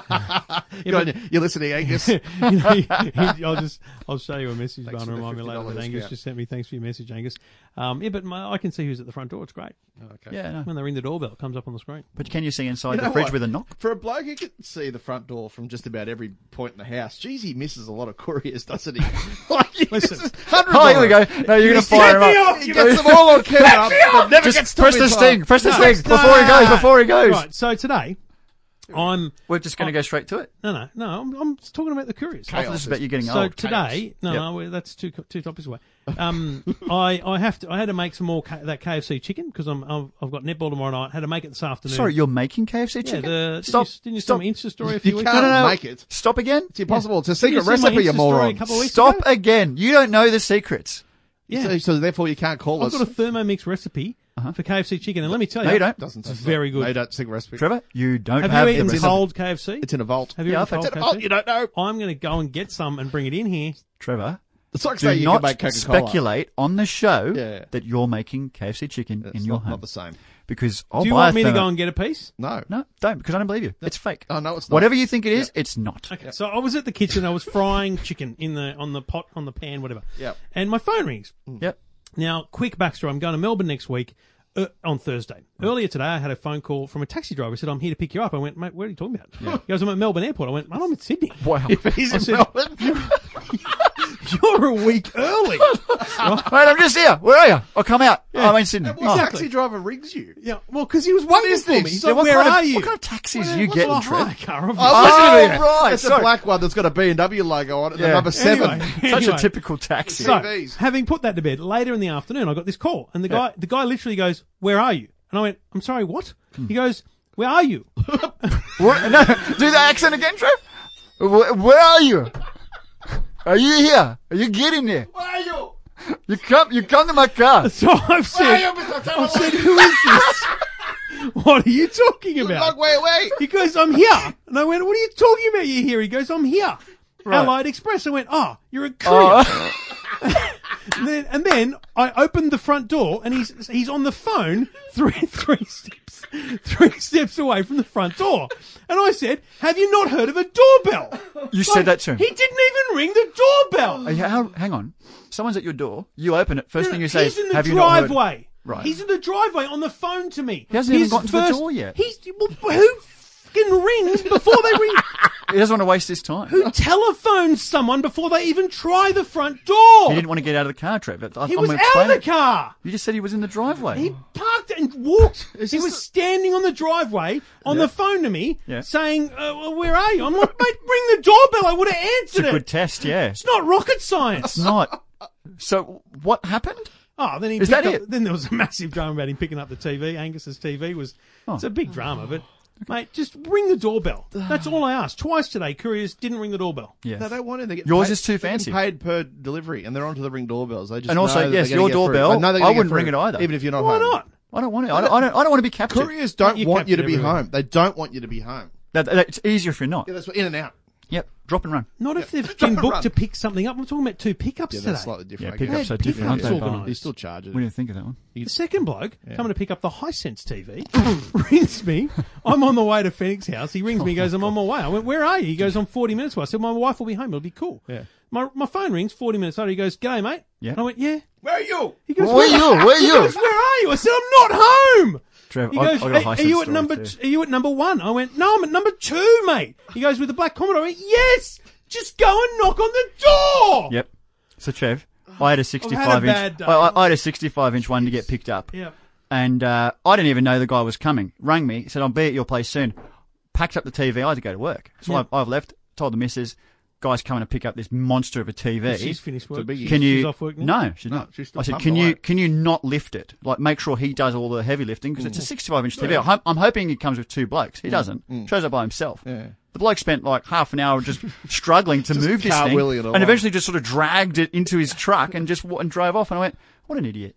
B: Go on, you're listening, Angus.
E: you know, he- he- I'll just I'll show you a message, but
B: Thanks for
E: I'll
B: the
E: remind me later
B: $50
E: that Angus
B: discount.
E: just sent me. Thanks for your message, Angus. Um, yeah, but my, I can see who's at the front door. It's great.
B: okay.
F: Yeah, no.
E: When they ring the doorbell, it comes up on the screen.
F: But can you see inside
B: You know
F: the fridge
B: what?
F: with a knock?
B: For a bloke who can see the front door from just about every point in the house, geez, he misses a lot of couriers, doesn't he? like, he
E: Listen.
B: misses hundreds
F: Oh,
B: of
F: here we go.
B: them.
F: No, you're going
B: He's-
F: to fire him
B: Let me
F: up.
B: off, He gets them all on camera, but never
F: Just
B: gets to
F: press
B: him in
F: the
B: time.
F: sting. Press the
B: No.
F: sting before he goes. Before he goes.
E: Right. So today, I'm
F: We're just
B: Oh.
F: going to go straight to it.
E: no no no. I'm, I'm just talking about the couriers.
F: I thought this is about you getting
E: So
F: old.
E: today, no,
F: Yep.
E: no, we- that's two co- two topics away. Um, I I have to I had to make some more K, that KFC chicken because I'm I've, I've got netball tomorrow night. had to make it this afternoon.
F: Sorry, you're making KFC
E: yeah.
F: chicken.
E: The,
F: stop.
E: Didn't you, didn't you
F: stop.
E: see my Insta story a few
B: You
E: weeks
B: can't
E: ago?
B: make it.
F: Stop again.
B: It's impossible. It's a
E: Didn't you
B: secret
E: see my
B: recipe, you
E: Insta story
B: moron.
E: A couple of weeks
F: Stop
E: ago?
F: again. You don't know the secrets.
E: Yeah.
B: So, so therefore, you can't call
E: I've
B: us.
E: got a Thermomix recipe for KFC chicken, and let me tell you,
F: No, you don't.
B: Doesn't
E: It's very good.
B: No, you don't secret recipe.
F: Trevor, you don't
E: Have,
F: have
E: you
F: the
E: eaten
F: recipe.
E: cold KFC?
B: It's in a vault.
E: Have you
F: Yeah,
E: eaten cold
F: I've had
B: It's in a
E: KFC?
B: vault. You don't know.
E: I'm going to go and get some and bring it in here.
F: Trevor,
B: It's like
F: do
B: saying you can
F: not
B: make Coca-Cola.
F: speculate on the show
B: Yeah.
F: that you're making KFC chicken
B: It's
F: in your
B: not,
F: home
B: not the same.
F: because I'll
E: Do you
F: buy
E: want
F: a
E: me to
F: thermo-
E: go and get a piece?
B: No.
F: No, don't because I don't believe you. It's fake.
B: Oh, no, it's not.
F: Whatever you think it is, it's not.
E: Okay, so I was at the kitchen. I was frying chicken in the on the pot, on the pan, whatever.
B: Yep.
E: And my phone rings.
F: Yep.
E: Now, quick backstory. I'm going to Melbourne next week uh, on Thursday. Earlier today, I had a phone call from a taxi driver. He said, I'm here to pick you up. I went, mate, what are you talking about? He goes, I'm at Melbourne Airport. I went, "Mate, I'm in Sydney.
F: Wow.
B: He's in
E: said-
B: Melbourne.
E: You're a week early.
F: Mate, I'm just here. Where are you? I'll come out. I'm in Sydney.
B: What
F: Oh.
B: taxi driver rings you?
E: yeah, well, because he was waiting
B: is
E: for
B: this?
E: me. He
B: So
E: said,
F: what
E: where
F: kind
E: are
F: of,
E: you?
F: What kind of taxis are
B: Where-
F: you
B: what's
F: getting,
B: my
F: Trevor?
E: car, obviously.
F: Oh,
B: Look at it.
F: right,
B: It's a
F: sorry.
B: black one that's got a BMW logo on it, and the number seven.
E: Anyway,
F: Such a
E: anyway.
F: typical taxi.
E: So,
B: TVs.
E: having put that to bed, later in the afternoon, I got this call, and the guy, the guy literally goes, "Where are you?" And I went, "I'm sorry, what?"
F: Hmm.
E: He goes, "Where are you?"
F: What? No, do the accent again, Trev. Where, where are you? Are you here? Are you getting there?
B: Where are you?
F: You come, you come to my car.
E: So I've said,
B: Mr.
E: "I've said, who is this? what are you talking about?"
B: Long way away.
E: He goes, "I'm here," and I went, "What are you talking about? You're here?" He goes, "I'm here." Allied Express. I went, "Ah, you're a courier."
F: Oh,
E: And then, and then I opened the front door, and he's he's on the phone three three steps three steps away from the front door. And I said, "Have you not heard of a doorbell?"
F: you said that to him.
E: He didn't even ring the doorbell.
F: Are you- how- hang on. Someone's at your door. You open it. First thing you say
E: he's
F: is,
E: in the
F: "Have you not heard-"
E: driveway.
F: Right.
E: He's in the driveway on the phone to me.
F: He hasn't even gotten to the door yet.
E: He's well, who fucking rings before they ring?
F: He doesn't want to waste his time.
E: who telephones someone before they even try the front door?
F: He didn't want to get out of the car, Trev. I,
E: He
F: I'm
E: was
F: gonna
E: out
F: explain
E: of the
F: it.
E: car.
F: You just said he was in the driveway.
E: He parked and walked.
F: Is
E: he
F: this
E: was
F: the-
E: standing on the driveway on the phone to me,
F: Yeah.
E: saying, uh, well, "Where are you?" I'm like, "Mate, ring the doorbell. I would have answered
F: Good
E: it.
F: test, yeah.
E: It's not rocket science."
F: It's not. So what happened?
E: Oh, then he
F: Is
E: picked
F: that
E: up-
F: it?
E: Then there was a massive drama about him picking up the TV. Angus's TV was
F: Oh.
E: it's a big drama, but mate, just ring the doorbell. That's all I asked twice today. Couriers didn't ring the doorbell.
F: Yeah.
B: No, they want it. They get
F: Yours
B: paid-
F: is too
B: they get
F: fancy.
B: Paid per delivery, and they're onto the ring doorbells. They just
F: And also,
B: know that
F: yes,
B: they're gonna
F: your
B: get through.
F: doorbell,
B: know they're
F: I
B: gonna get
F: wouldn't ring
B: through,
F: it either.
B: even if you're not
E: Why
B: home.
E: not?
F: I don't want to. I don't, I don't, I don't want to be captured.
B: Couriers don't
E: You
B: want you to
E: captured
B: be
E: everywhere.
B: home. They don't want you to be home.
F: That, that- it's easier if you're not.
B: Yeah, that's what in and out.
F: Yep. Drop and run.
E: Not if they've
B: Don't
E: been booked
B: run.
E: to pick something up. I'm talking about two pickups
B: Yeah,
E: today.
B: that's slightly
F: Yeah,
B: different. I guess.
F: pickups are
E: Pick
F: different, aren't
E: up's
F: they?
E: organised.
B: He still charges.
F: We didn't think of that one.
E: The second bloke coming to pick up the high sense TV rings me. I'm on the way to Phoenix House. He rings me, goes, I'm on my way. I went, Where are you? He goes, I'm 40 minutes away. I said, My wife will be home. It'll be cool.
B: Yeah.
E: My, my phone rings 40 minutes later. He goes, G'day, mate.
F: Yeah.
E: And I went, Yeah.
B: Where are you?
E: He goes,
F: Where you? Where
E: He
F: you?
E: goes, Where are you? I said, I'm not home.
F: Trev,
E: He
F: I-
E: goes,
F: I got a
E: "Are-
F: high
E: Are
F: sense
E: you at
F: story
E: number?
F: too."
E: t- Are you at number one? I went, No, I'm at number two, mate. He goes, With the black Commodore. I went, Yes. Just go and knock on the door.
F: Yep. So Trev, I had a 65
E: bad
F: inch.
E: day.
F: I, I- I had a 65 inch one to get picked up.
E: Yeah.
F: And uh, I didn't even know the guy was coming. Rang me. Said I'll be at your place soon. Packed up the TV. I had to go to work. So
E: Yeah.
F: I've, I've left. Told the missus, guys coming to pick up this monster of a TV.
E: She's finished work.
B: biggie.
F: can you?
E: She's off work now?
F: No, she's
B: No,
F: not.
B: she's still
F: I said,
B: pumping
F: can you
B: away.
F: can you not lift it? Like, make sure he does all the heavy lifting because it's a 65 inch TV. I'm, I'm hoping he comes with two blokes. He doesn't. Shows up by himself.
B: Mm. Yeah.
F: The bloke spent like half an hour just struggling to move this thing,
B: cartwheeling it
F: and
B: along.
F: eventually just sort of dragged it into his truck and just wa- and drove off. And I went, "What an idiot!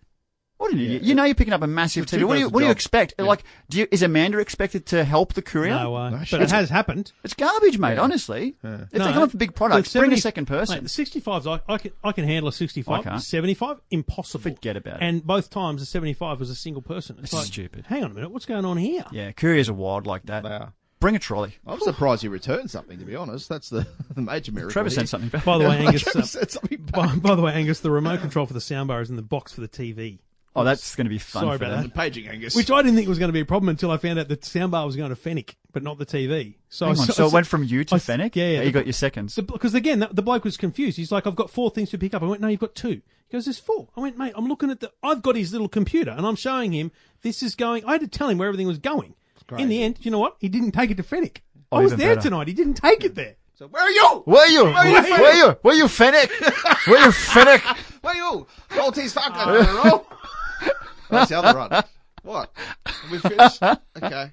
F: What an idiot! You know you're picking up a massive
B: It's a
F: TV. What do you
B: two-person
F: what do you
B: job.
F: expect?
B: Yeah.
F: Like, do you, is Amanda expected to help the courier?
E: No, uh, but
B: shit.
E: it has happened.
F: It's garbage, mate. Honestly, if they come up with big products,
E: the
F: bring a
E: 70
F: second person.
E: Mate, the 65s, I, I, can, I can handle a 65.
F: I can't.
E: 75, impossible.
F: Forget about it.
E: And both times the 75 was a single person. It's
F: This is
E: like,
F: stupid.
E: Hang on a minute, what's going on here?
F: yeah, couriers are wild like that.
B: They are.
F: Bring a trolley.
B: I'm surprised you returned something, to be honest. That's the, the major miracle.
F: Trevor
B: here.
F: sent something back.
E: By the way, Angus.
B: Trevor
E: uh,
B: sent something back.
E: by, by the way, Angus, the remote control for the soundbar is in the box for the TV,
F: Oh, that's going to be fun.
E: Sorry
F: for
E: about
F: them.
E: that.
B: Paging Angus.
E: which I didn't think was going to be a problem until I found out that the soundbar was going to Fennec, but not the TV. So
F: Hang
E: I
F: on,
E: saw-
F: so it went from you to
E: I-
F: Fennec? Oh,
E: yeah, yeah.
F: You got your seconds.
E: Because again, the, the bloke was confused. He's like, "I've got four things to pick up." I went, "No, you've got two. He goes, "There's four. I went, "Mate, I'm looking at the. I've got his little computer, and I'm showing him this is going." I had to tell him where everything was going. In the end, you know what? He didn't take it to Fennec.
F: Oh,
E: I was
F: even
E: there
F: better.
E: tonight. He didn't take it there.
B: so, where are you?
F: Where you?
E: Oh,
B: you, Fennec?
F: Where you? Where you, Fennec? Where you, Fennec?
B: Where are you? Maltese fucker. I don't know. That's the other one. What? Are we finished? Okay.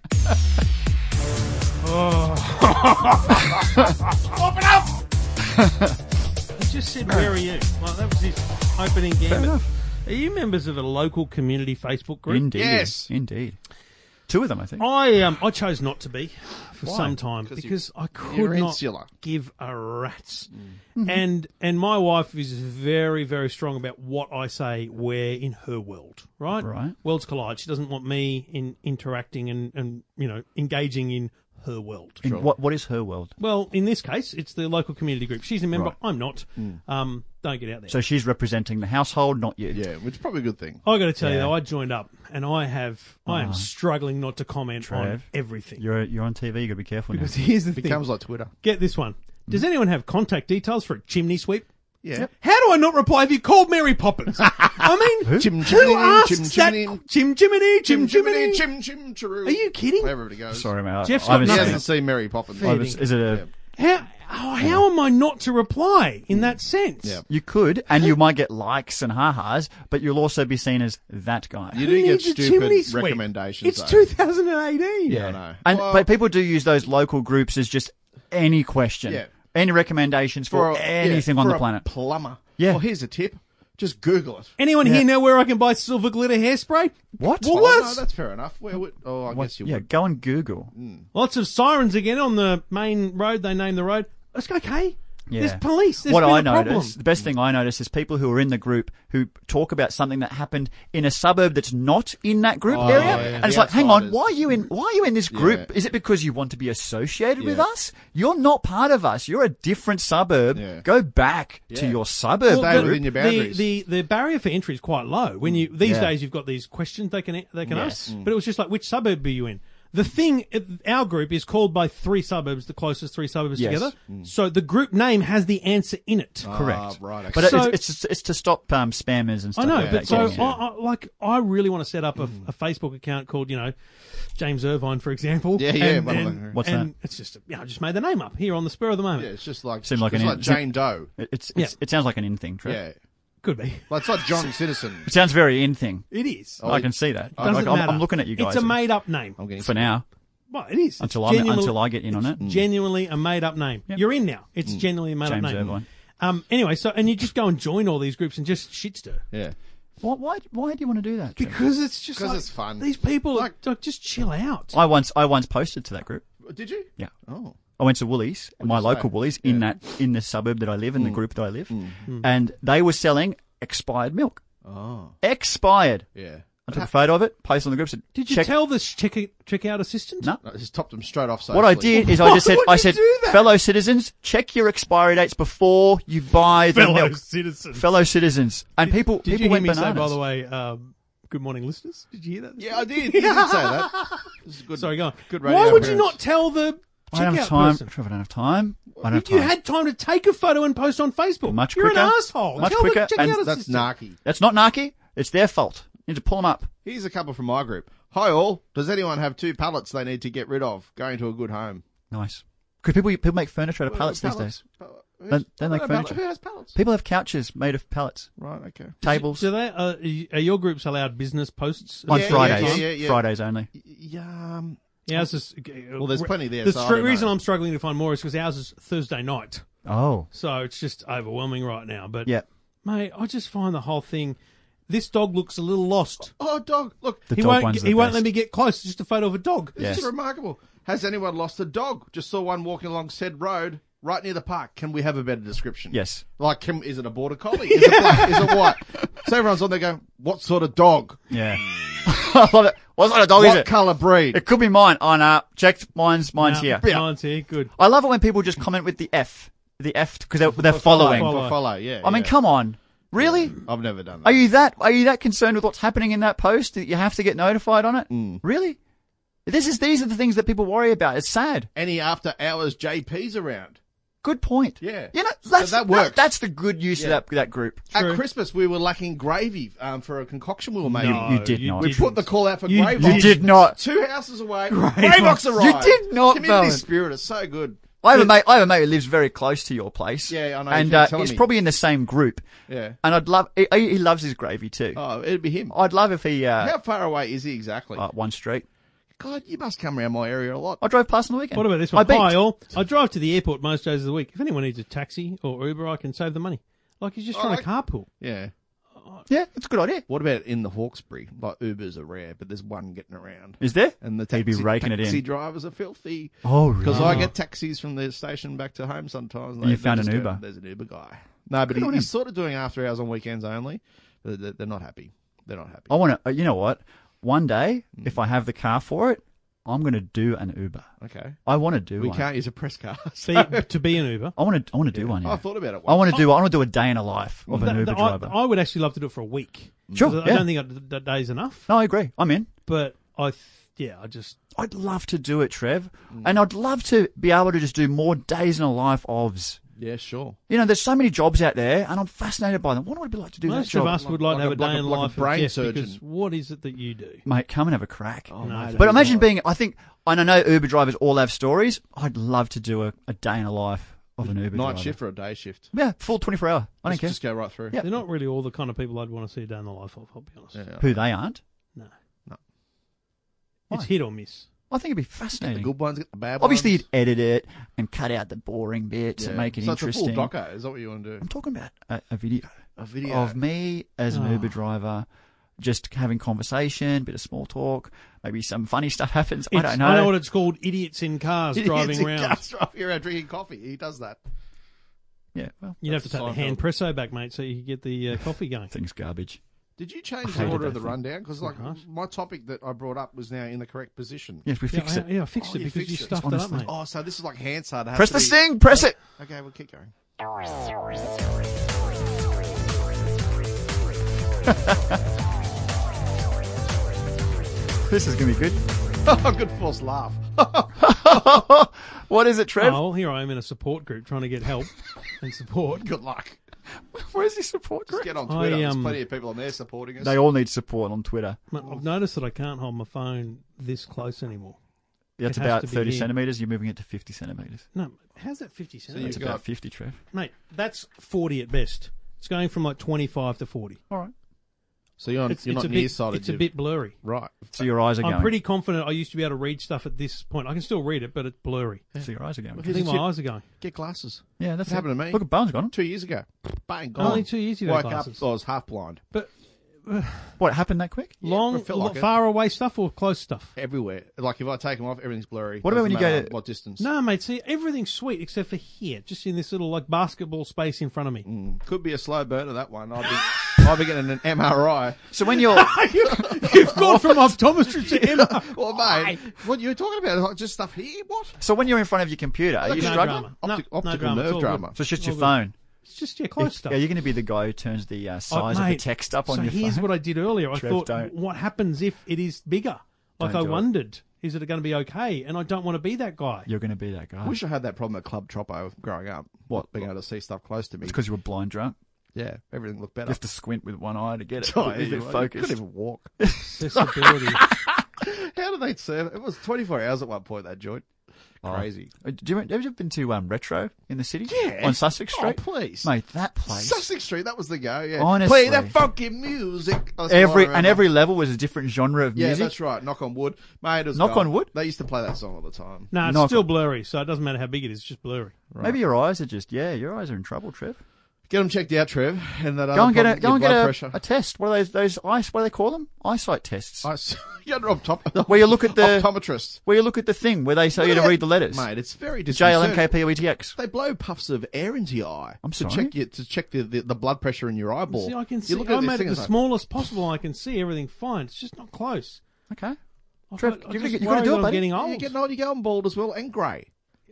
E: I just said, "Where are you?" Well, that was his opening game. Are you members of a local community Facebook group?
F: Indeed.
B: Yes.
F: Indeed. Two of them, I think.
E: I um I chose not to be for some time
B: Because you-
E: because I
B: you're
E: could not
B: insular. Mm. Mm-hmm.
E: give a rat's. And and my wife is very very strong about what I say where in her world, right?
F: Right.
E: Worlds collide. She doesn't want me in interacting and and you know engaging in her world.
F: In what, what is her world?
E: Well, in this case, it's the local community group. She's a member. I'm not.
B: Mm.
E: Um, don't get out there.
F: So she's representing the household, not you.
B: Yeah, which is probably a good thing.
E: I got to tell you though, I joined up and I have I
B: Uh-huh.
E: am struggling not to comment on
F: Trev,
E: everything.
F: You're, you're on TV, you got to be careful now.
E: Because here's the thing.
B: Becomes like Twitter.
E: Get this one. Does anyone have contact details for a chimney sweep?
B: Yeah.
E: How do I not reply? Have you called Mary Poppins? I mean,
B: Chim chimney,
E: who asks
B: chim
E: that?
B: chimney.
E: Chim chimney,
B: Chim
E: chim
B: chimney,
E: chimney.
B: chim chim chiroo.
E: Are you kidding?
B: Wherever it goes.
F: Sorry, mate. I-
E: Jeff's
F: I haven't
E: got
B: He
F: seen
E: nothing.
B: hasn't seen Mary Poppins.
F: it. I haven't- Is it a.
E: How, oh, how am I not to reply in that sense?
B: Yeah.
F: You could, and you might get likes and ha-has, but you'll also be seen as that guy.
B: You
E: Who
B: do get
E: needs a chimney
B: stupid
E: sweep?
B: recommendations.
E: It's
B: though.
E: 2018.
B: I know.
F: And,
B: Well-
F: but people do use those local groups as just any question,
B: Yeah.
F: any recommendations for,
B: a-
F: anything
B: yeah,
F: on
B: for
F: the
B: a
F: planet.
B: Plumber.
F: Yeah.
B: Well, here's a tip. Just Google it.
E: Anyone here know where I can buy silver glitter hairspray?
F: What?
E: Well,
B: Oh,
E: what?
B: No, that's Mm. fair enough. Where would? Oh, I guess you
F: yeah,
B: would.
F: go on Google.
E: Lots of sirens again on the main road. They name the road. It's okay.
F: Yeah.
E: There's police. There's
F: what
E: been
F: I
E: a problem.
F: notice, the best thing I notice is people who are in the group who talk about something that happened in a suburb that's not in that group
B: Oh,
F: area,
B: yeah.
F: and
B: The
F: it's like, hang on,
B: outsiders.
F: why are you in? Why are you in this group? Is it because you want to be associated with
B: Yeah.
F: us? You're not part of us. You're a different suburb.
B: Yeah.
F: Go back to
B: Yeah.
F: your suburb
B: Stay
F: group.
B: within your boundaries.
E: The, the the barrier for entry is quite low. When you these
F: Yeah.
E: days you've got these questions they can they can
F: Yes.
E: ask, but it was just like which suburb are you in? The thing our group is called by three suburbs, the closest three suburbs
F: Yes. Mm.
E: together. So the group name has the answer in it.
B: Ah,
F: Correct.
B: right.
F: But
B: okay.
E: So-
F: it's, it's it's to stop um, spammers and
E: I
F: stuff.
E: know,
F: like
E: but
F: that
E: so
F: getting in.
E: I, I, like I really want to set up a,
F: Mm.
E: a Facebook account called you know James Irvine for example.
B: Yeah, yeah,
E: And,
B: one of
E: and-
B: them.
F: What's
E: and It's just you know, I just made the name up here on the spur of the moment.
B: yeah, it's just like
F: Seemed like
B: it's
F: an
B: like
F: in-
B: Jane Doe.
F: It- it's, it's,
E: Yeah.
F: it sounds like an in thing, Trev.
B: Yeah,
E: Could be.
B: well, it's like John Citizen.
F: It sounds very in thing.
E: It is.
B: Oh,
F: I
B: it-
F: can see that.
E: Doesn't
F: Like, I'm,
E: matter.
F: I'm looking at you guys
E: It's a made up name.
B: I'm getting
F: for now
E: Well, it is. It's
F: until I
E: genuinely-
F: until I get in on it. Mm.
B: Mm.
E: genuinely a made up name. You're in now. It's genuinely a made
F: James
E: up name.
F: Irvine.
E: Um, anyway, so and you just go and join all these groups and just shit stir
B: Yeah,
F: Why, why, why do you want to do that? Trev?
E: because it's just
B: 'Cause
E: like,
B: it's fun.
E: These people
B: Like-
E: like, just chill out.
F: I once I once posted to that group.
B: did you?
F: Yeah.
B: Oh,
F: I went to Woolies, my local
B: say? Mm.
F: Woolies in that in the suburb that I live in, the group that I live,
E: Mm.
F: and they were selling expired milk.
B: oh,
F: Expired.
B: yeah.
F: I took a photo of it, posted on the group. Said,
E: Did you
F: check
E: tell this check check out assistant?
F: No.
B: I just topped them straight off. Socially.
F: What I did is I just
E: Why
F: said,
E: would
F: I
E: you
F: said,
E: do that?
F: fellow citizens, check your expiry dates before you buy the
E: fellow
F: milk.
E: citizen.
F: Fellow citizens, and people,
E: Did
F: people
E: you hear
F: went
E: me
F: bananas.
E: say by the way? Um, good morning, listeners. Did you hear that?
B: Yeah, I did. You did say that. This is good.
E: Sorry, go on.
B: Good radio
E: Why would you
B: appearance.
E: not tell the
F: I don't
E: checkout
F: have time.
E: person?
F: Trevor, I don't have time. I don't have
E: You
F: time.
E: had time to take a photo and post on Facebook.
F: Much
E: You're an
F: quicker.
E: asshole.
F: Much
E: Tell the
F: quicker,
E: checkout
F: and
E: assistant.
B: That's narky.
F: That's not narky. It's their fault. You need to pull them up.
B: Here's a couple from my group. Hi all. Does anyone have two pallets they need to get rid of? Going to a good home.
F: Nice. Because people people make furniture out of pallets these days. Don't- don't like
B: Who has-
F: furniture.
B: Who has pallets?
F: People have couches made of pallets,
B: Right. Okay.
F: tables
E: Do they? Uh, are your groups allowed business posts?
F: on
B: Yeah, yeah,
F: Fridays.
B: yeah, yeah, yeah.
F: Fridays only.
B: Yeah. Um,
E: Yeah, ours is, well,
B: there's plenty there,
E: The
B: so I
E: str-
B: don't
E: reason
B: know.
E: I'm struggling to find more is because ours is Thursday night,
F: Oh,
E: so it's just overwhelming right now. But
F: yeah.
E: mate, I just find the whole thing. This dog looks a little lost.
B: oh, dog. Look.
F: The
E: he
F: dog
E: won't.
F: one's
E: he
F: the
E: won't
F: best.
E: let me get close. It's just a photo of a dog.
F: Yeah.
B: This is remarkable. Has anyone lost a dog? Just saw one walking along said road right near the park. Can we have a better description?
F: Yes.
B: Like, can, is it a border collie? Is it black? Is it white? So everyone's on there going, what sort of dog?
F: Yeah. I love it. Well, it's not a dog, is
B: what
F: it?
B: colour breed?
F: It could be mine. Oh, no. Checked. Mine's, mine's
E: Yeah.
F: here.
E: Mine's here. Good.
F: I love it when people just comment with the F. The F, because they're, they're following.
E: follow.
B: For follow, yeah.
F: I mean,
B: yeah.
F: come on. Really?
B: I've never done that.
F: Are you that are you that concerned with what's happening in that post that you have to get notified on it?
B: Mm.
F: Really? This is these are the things that people worry about. It's sad.
B: Any after hours JPs around?
F: Good point.
B: Yeah.
F: You know,
B: So
F: that's,
B: that works.
F: that's the good use
B: Yeah.
F: of that that group.
B: At Christmas, we were lacking gravy um, for a concoction we were making.
E: No,
F: you did not.
B: We put the call out for
E: You-
B: grave
E: you
B: box.
F: did not.
B: Two houses away, grave,
E: box.
B: box arrived.
F: You did not,
B: Community
F: Bowen.
B: spirit is so good.
F: I have a mate. I have a mate who lives very close to your place.
B: Yeah, I know, you
F: And
B: keep
F: uh,
B: telling
F: he's
B: me.
F: probably in the same group.
B: Yeah.
F: And I'd love. He, he loves his gravy too.
B: Oh, it'd be him.
F: I'd love if he. Uh,
B: How far away is he exactly?
F: uh, one street.
B: God, you must come around my area a lot.
F: I drove past on the weekend.
E: What about this
F: I
E: one?
F: beeped.
E: Hi, all. I drive to the airport most days of the week. If anyone needs a taxi or Uber, I can save the money. Like he's just
B: Oh,
E: trying to
B: I-
E: carpool.
B: Yeah.
F: Yeah, it's a good idea.
B: What about in the Hawkesbury? Like Ubers are rare, but there's one getting around.
F: Is there?
B: And the
F: He'd
B: taxi,
F: be raking it
B: taxi
F: in.
B: drivers are filthy.
F: Oh,
B: Because I get taxis from the station back to home sometimes. and
F: You
B: they
F: found
B: just
F: an
B: go,
F: Uber.
B: There's an Uber guy. No, but
F: Good
B: he,
F: on him.
B: he's sort of doing after hours on weekends only. But they- they're not happy. They're not happy.
F: I want to. You know what? One day, if I have the car for it, I'm going to do an Uber.
B: Okay.
F: I want to do
B: We
F: one.
B: can't use a press car.
E: Be, to be an Uber.
F: I want to. I want to do one. Yeah.
B: I thought about it.
F: I
B: Once.
F: want to do. I want to do a day in a life of an
E: Th-
F: Uber
E: th- I,
F: driver.
E: I would actually love to do it for a week.
F: Sure,
E: 'Cause I
F: yeah.
E: don't think I, th- that day's enough.
F: no, I agree. I'm in.
E: But I, th- yeah, I just
F: I'd love to do it, Trev, and I'd love to be able to just do more days in a life ofs.
B: Yeah, sure.
F: You know, there's so many jobs out there, and I'm fascinated by them. What would it be like to do that
E: most
F: job,
E: of us would
B: like
E: like,
B: a-
E: to have a,
B: like
E: day
B: a-
E: in
B: like a
E: life
B: brain
E: with Jeff because
B: surgeon.
E: what is it that you do?
F: mate? Come and have a crack.
B: Oh, mate,
F: but
B: that's
F: imagine
B: all
F: being. I think. And I know Uber drivers all have stories. I'd love to do a, a day in a life of an Uber
B: night
F: driver.
B: shift or a day shift.
F: Yeah, full 24 hour. I don't
B: Just,
F: care
B: just go right through.
F: Yeah.
E: They're not really all the kind of people I'd want to see a day in the life of. I'll be honest.
B: Yeah.
F: who they aren't.
E: No,
B: No.
F: Why?
E: it's hit or miss.
F: I think it'd be
B: The
F: fascinating.
B: good ones, get the bad
F: Obviously,
B: ones.
F: you'd edit it and cut out the boring bits
B: Yeah.
F: and make it
B: so
F: interesting.
B: It's a full doco. Is that what you want to do?
F: I'm talking about a, a video
B: A video Ah.
F: of me as an
E: Oh.
F: Uber driver, just having conversation, bit of small talk, maybe some funny stuff happens. I
E: It's-
F: don't know.
E: I know what it's called. Idiots in cars driving
B: It's a
E: around.
B: gas driver around drinking coffee. He does that.
F: yeah, well,
E: You'd have to take the
B: Seinfeld.
E: hand presso back, mate, so you could get the uh, coffee going.
F: things garbage.
B: Did you change
F: I
B: the
F: hated
B: order
F: that
B: of the
F: thing.
B: rundown? Because like
E: Right.
B: my topic that I brought up was now in the correct position.
F: Yes, we
E: Yeah,
F: fix
E: I,
F: it.
E: yeah, I fixed
B: Oh,
E: it
B: you
E: because you
B: fixed it.
E: stuffed it
F: Honestly.
E: up, mate.
B: Oh, so this is like Hansard.
F: Press the thing. Press it.
B: Okay, we'll keep going.
F: This is gonna be good.
B: Oh, good force laugh.
F: what is it,
E: Oh,
F: Trev?
E: well, here I am in a support group trying to get help and support.
B: good luck.
F: Where's the support
B: Just
F: group?
B: get on
E: I,
B: Twitter. There's
E: um,
B: plenty of people on there supporting us.
F: They all need support on Twitter.
E: Mate, I've noticed that I can't hold my phone this close anymore.
F: That's
E: has
F: about
E: to be
F: 30
E: in.
F: centimeters. You're moving it to 50 centimeters.
E: No, how's that 50
B: So
E: cents?
B: you-
F: It's about
B: got-
F: 50, Trev.
E: mate, that's 40 at best. It's going from like 25 to 40.
F: All right.
B: so you're, on,
E: It's,
B: you're
E: it's
B: not
E: a bit,
B: nearsighted.
E: it's a
B: you-
E: bit blurry.
B: right.
F: So your eyes are going.
E: I'm pretty confident I used to be able to read stuff at this point. I can still read it, but it's blurry.
F: So your eyes are
E: I
F: going.
E: think
B: a
E: my
B: tip.
E: eyes are going.
B: Get glasses.
F: Yeah, that's
B: It happened
F: it.
B: to me.
F: Look at Bones gone.
B: Two years ago, bang gone.
E: Only two years ago,
B: Woke
E: glasses.
B: up. I was half blind.
E: But
F: What happened that quick?
E: long,
B: it felt like it.
E: far away stuff or close stuff?
B: Everywhere. Like if I take them off, everything's blurry.
F: What about when
B: Doesn't
F: you go
B: matter
F: to-
B: what distance?
E: No, mate. See, everything's sweet except for here, just in this little like basketball space in front of me.
B: Could be a slow burner that one. I'll be, I'll be getting an MRI.
F: So when you're
E: You've
F: Oh.
E: gone from optometry to Emma.
B: Well, mate, what you were talking about? Like just stuff here. What?
F: so when you're in front of your computer, are you
E: no
F: struggling?
E: drama. No,
B: Optic,
E: no
B: optical
E: drama. It's
B: nerve
E: all
B: drama.
E: good.
F: So it's just your
E: Well,
F: phone.
E: It's just yeah,
F: Yeah,
E: close stuff.
F: you're going to be the guy who turns the uh,
E: Oh,
F: size of the
E: mate,
F: text up on
E: so
F: your
E: here's
F: phone.
E: what I did earlier. I
F: Trev,
E: thought,
F: don't.
E: what happens if it is bigger? Like I
F: Don't do it.
E: wondered, is it going to be okay? And I don't want to be that guy.
F: You're going to be that
B: I
F: guy.
B: wish I had that problem at Club Troppo growing up.
F: What?
B: Being able to see stuff close to me.
F: It's because you were blind drunk.
B: Yeah, everything looked
F: You
B: better.
F: have to squint with one eye to get it.
B: Oh,
F: Is
B: you-
F: it
B: you
F: focused?
B: Couldn't even walk.
E: Accessibility.
B: How do they serve? It was 24 hours at one point, that joint.
F: Oh.
B: Crazy.
F: Uh, Do you, have you ever been to um, Retro in the city?
B: Yeah.
F: On Sussex
B: Oh,
F: Street?
B: please.
F: Mate, that place.
B: Sussex Street, that was the go, yeah.
F: Honestly.
B: Play that funky music. That's
F: every
B: all I
F: and
B: remember.
F: every level was a different genre of
B: Yeah,
F: music.
B: that's right. Knock on wood. Mate, it was
F: Knock
B: gold.
F: on wood?
B: They used to play that song all the time.
E: no, it's
F: Knock
E: still blurry, so it doesn't matter how big it is. It's just blurry.
F: Maybe your eyes are just yeah. Your eyes are in trouble, Trev.
B: Get them checked out, Trev. And that
F: Go and get a go and
B: Uh, blood
F: get a,
B: pressure.
F: a test. What are those those ice? What do they call them? Eyesight tests.
B: I s- you're an optom-
F: Where you look at the-
B: optometrist.
F: Where you look at the thing where they tell you to read the letters.
B: Mate, it's very disconcerting.
F: JLMKPOETX.
B: They blow puffs of air into your eye.
F: I'm
B: to
F: sorry?
B: check your, to check the, the, the blood pressure in your eyeball.
E: See, I can
B: You
E: see.
B: look at
E: I
B: this
E: made
B: thing
E: it the
B: and it's like,
E: smallest possible. I can see everything fine. It's just not close.
F: Okay.
E: I've
F: Trev,
E: got- I
F: you're
E: just
F: gonna- you're gonna
E: worry
F: do it,
E: I'm
F: buddy.
E: getting
B: Yeah,
E: old.
B: You're getting old, you're going bald as well, and grey.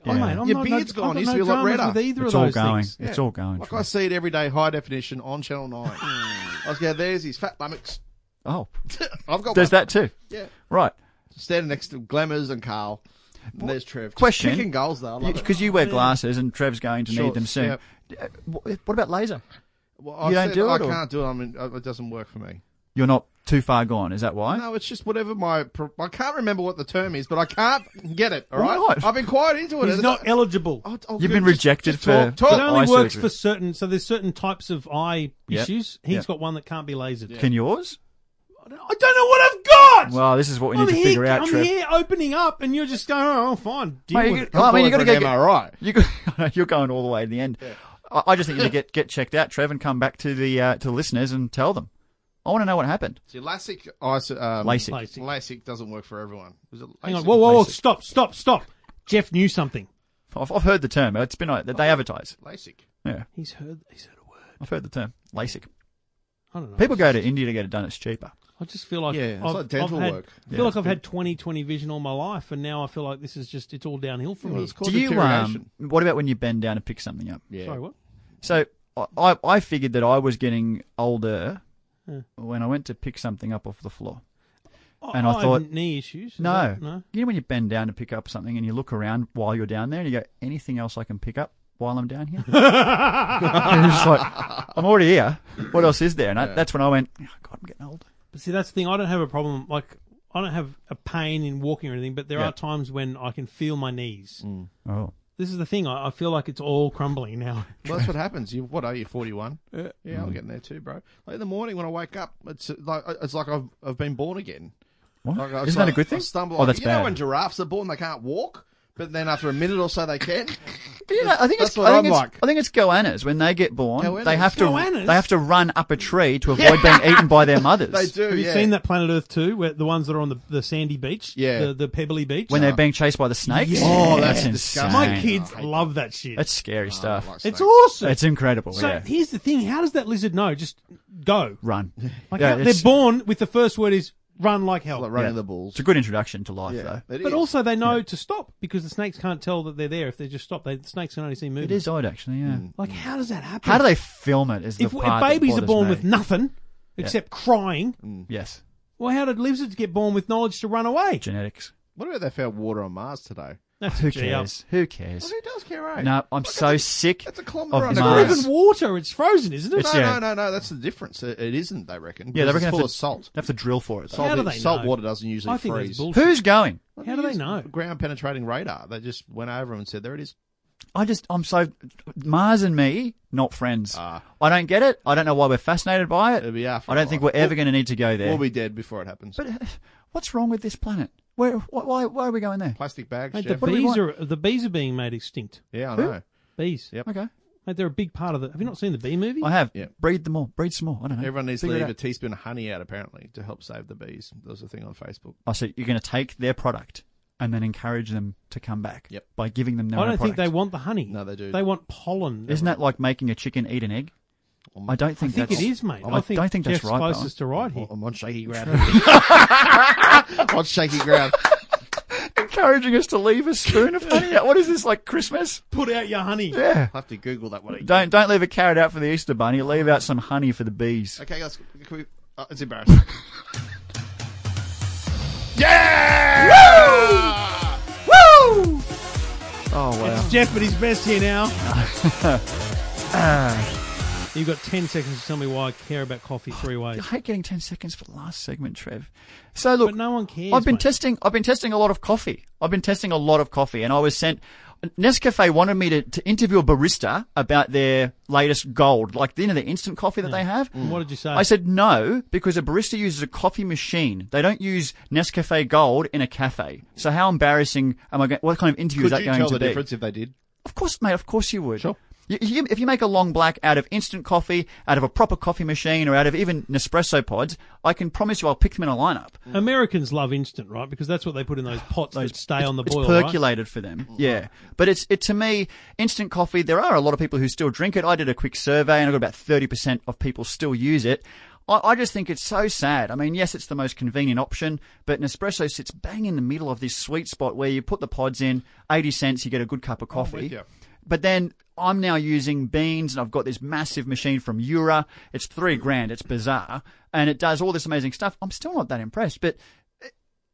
E: Oh, mate, I'm
B: Your
E: not,
B: beard's
E: no,
B: gone.
E: I've
B: It used to
E: got no
B: be a lot
E: dramas
B: redder.
E: With either
F: It's
E: of
F: all
E: those
F: going.
E: Things.
F: It's
B: Yeah.
F: all going.
B: Like
F: Trev.
B: I see it every day, high definition on Channel 9. I was going, there's his fat buttocks.
F: Oh,
B: I've got
F: there's
B: one.
F: that too.
B: Yeah.
F: Right.
B: Standing next to Glamours and Carl. And there's Trev. Just
F: question.
B: Kicking goals, though. I love it.
F: Because you wear glasses and Trev's going to need
B: Shorts,
F: them soon.
B: yep.
F: Uh, wh- What about laser?
B: Well, I
F: you don't
B: said
F: do
B: I
F: it, or-
B: can't do it. I mean, it doesn't work for me.
F: You're not too far gone. Is that why?
B: No, it's just whatever my. pro- I can't remember what the term is, but I can't get it. All
F: Why
B: right,
F: not?
B: I've been quite into it.
E: He's
B: It's
E: not eligible.
B: I'll- I'll
F: You've
B: go-
F: been
B: just-
F: rejected
B: just
F: for-
B: talk,
E: it
B: talk.
E: only
F: Oh. eye
E: works
F: surgery.
E: for certain. So there's certain types of eye
F: Yep.
E: issues. He's
F: Yep.
E: got one that can't be lasered.
F: Can yours?
E: I don't know what I've got.
F: Well, this is what we
E: I'm
F: need to
E: here,
F: figure out,
E: I'm
F: Trev.
E: here opening up, and you're just going, "Oh, fine, deal
F: Mate,
E: with
F: you
E: it."
F: could- I mean, you got to
B: for an
F: get
B: MRI.
F: You go, you're going all the way to the end. I, I just think you need to get get checked out, Trev, and come back to the uh, to the listeners and tell them. I want to know what happened.
B: See, LASIK, I s- um,
F: LASIK.
E: LASIK.
B: LASIK doesn't work for everyone. Is it
E: Hang on,
B: LASIK?
E: whoa, whoa, whoa,
B: LASIK.
E: stop, stop, stop. Jeff knew something.
F: I've, I've heard the term. It's been that they advertise.
B: LASIK.
F: Yeah,
E: He's heard. He's heard a word.
F: I've heard the term LASIK.
E: I don't know.
F: People go to India to get it done. It's cheaper.
E: I just feel like
B: Yeah, it's
E: I've,
B: like dental
E: I've had,
B: work.
E: I feel like I've had 20 20 vision all my life, and now I feel like this is just it's all downhill from
B: Well,
E: here.
B: it's called
F: Do you?
B: deterioration.
F: Um, what about when you bend down to pick something up?
B: yeah.
E: Sorry, what?
F: So I- I I figured that I was getting older when I went to pick something up off the floor. And I
E: have
F: thought-
E: knee issues. Is
F: No.
E: that- no.
F: You know when you bend down to pick up something and you look around while you're down there and you go, anything else I can pick up while I'm down here? and you're just like, I'm already here. What else is there? And I, that's when I went, oh, God, I'm getting old.
E: But see, that's the thing. I don't have a problem. Like, I don't have a pain in walking or anything. But there
F: Yeah.
E: are times when I can feel my knees.
B: Mm.
F: Oh.
E: This is the thing. I, I feel like it's all crumbling now.
B: Well, that's what happens. You, what are you, 41? Yeah, I'm getting there too, bro. Like in the morning when I wake up, it's like it's like I've I've been born again.
F: What?
B: Like, I
F: Isn't that a
B: stum-
F: good
B: I
F: thing?
B: stumble.
F: oh, that's
B: you
F: bad.
B: know when giraffes are born, they can't walk, but then after a minute or so, they can.
F: But, you know, I think
B: That's
F: it's,
B: what
F: I think
B: I'm
F: it's,
B: like.
F: I think it's goannas. When they get born, they
B: Goannas.
F: have to
E: Goannas?
F: they have to run up a tree to avoid being eaten by their mothers.
B: They do.
E: Have you
B: yeah.
E: seen that Planet Earth 2, where the ones that are on the, the sandy beach?
B: Yeah.
E: The, the pebbly beach?
F: When they're being chased by the snakes.
B: Oh, that's
F: insane.
B: disgusting. Oh,
E: My kids love that shit.
F: That's scary stuff.
B: Like
E: it's
B: snakes.
E: awesome.
F: It's incredible.
E: so
F: yeah.
E: here's the thing. How does that lizard know? Just go.
F: Run.
E: Like
F: Yeah,
E: how- they're
F: it's-
E: born with the first word is run like hell.
B: like running
F: Yeah.
B: the balls.
F: It's a good introduction to life, though.
B: It
E: but
B: is.
E: also they know to stop because the snakes can't tell that they're there if they just stop. They, the snakes can only see movement.
F: It is odd, actually. Yeah.
B: Mm.
E: Like how does that happen?
F: How do they film it? Is the
E: If, if
F: part that
E: babies are
F: bothers
E: born
F: me.
E: with nothing except crying,
F: yes,
E: well, how did lizards get born with knowledge to run away?
F: genetics.
B: What about they found water on Mars today?
E: That's
F: Who
E: a G up.
F: cares? Who cares?
B: Who does care? eh?
F: No, I'm so sick
B: that's a
F: of
B: kilometre
F: Mars.
B: underground.
E: Not even water. It's frozen, isn't it?
F: It's-
B: no,
F: yeah.
B: no, no, no. That's the difference. It, it isn't. They reckon.
F: yeah, they're
B: because
F: gonna
B: it's full
F: have
B: of
F: to,
B: salt.
F: have to drill for it. though.
E: How
B: Salt,
E: do they
B: salt
E: know?
B: water doesn't usually
E: I think
B: freeze.
E: that's bullshit.
F: Who's going?
E: How do they know?
B: Ground penetrating radar. They just went over and said, "There it is."
F: I just I'm so Mars and me not friends.
B: Ah.
F: I don't get it. I don't know why we're fascinated by
B: It'll
F: it.
B: be after.
F: I don't think we're ever going to need to go there.
B: We'll be dead before it happens.
F: but uh, what's wrong with this planet? Where why why, why are we going there?
B: Plastic bags.
E: Mate, the
B: Jeff.
F: do we
E: bees
F: want?
E: are the bees are being made extinct.
B: yeah, I
F: Who?
B: know.
E: Bees.
B: Yep.
F: Okay,
E: Mate, they're a big part of the. Have you not seen the bee movie?
F: I have
B: Yeah.
F: breed them all. Breed some more. I don't know.
B: Everyone needs to
F: Figure it
B: leave a
F: out.
B: teaspoon of honey out apparently to help save the bees. There was a thing on Facebook.
F: Oh, so you're going to take their product and then encourage them to come back
B: Yep.
F: by giving them their
E: I
F: own
E: don't think
F: product.
E: they want the honey.
B: No, they do.
E: They want pollen.
F: Isn't that like making a chicken eat an egg? I don't
E: I
F: think,
E: think it
F: that's, Oh,
E: is, mate.
F: I,
E: I, think
F: don't think that's
E: Jeff's
F: right. Oh, Bowen.
E: closest to right here.
B: I'm on shaky ground. on shaky ground.
F: Encouraging us to leave a spoon of honey out. What is this like Christmas?
E: Put out your honey.
F: Yeah.
B: I'll have to Google that one.
F: Don't don't leave a carrot out for the Easter bunny. Leave out some honey for the bees.
B: Okay, guys. Can we, oh, it's embarrassing. yeah!
F: Woo! Oh wow.
E: It's Jeff at his best here now.
F: Ah.
E: You've got 10 seconds to tell me why I care about coffee three
F: I
E: ways.
F: hate getting ten seconds for the last segment, Trev. So look,
E: But no one cares.
F: I've been
E: mate.
F: testing. I've been testing a lot of coffee. I've been testing a lot of coffee, and I was sent. Nescafe wanted me to, to interview a barista about their latest gold, like you know the instant coffee
B: Hmm.
F: that they have.
B: Mm.
E: What did you
B: uh,
E: say?
F: I said no because a barista uses a coffee machine. They don't use Nescafe Gold in a cafe. So how embarrassing am I going? What kind of interview is
B: Could
F: that
B: you
F: going
B: tell
F: to
B: the
F: be?
B: difference if they did?
F: Of course, mate. Of course you would.
B: Sure.
F: You- you- if you make a long black out of instant coffee, out of a proper coffee machine, or out of even Nespresso pods, I can promise you I'll pick them in a lineup.
E: Americans love instant, right? Because that's what they put in those pots that stay
F: it's,
E: on the
F: it's
E: boil, right?
F: percolated for them. Yeah, but it's it to me instant coffee. There are a lot of people who still drink it. I did a quick survey and I got about thirty percent of people still use it. I, I just think it's so sad. I mean, yes, it's the most convenient option, but Nespresso sits bang in the middle of this sweet spot where you put the pods in, 80 cents, you get a good cup of coffee.
B: ya.
F: But then I'm now using beans and I've got this massive machine from Eura. It's three grand. It's bizarre. And it does all this amazing stuff. I'm still not that impressed, but eh,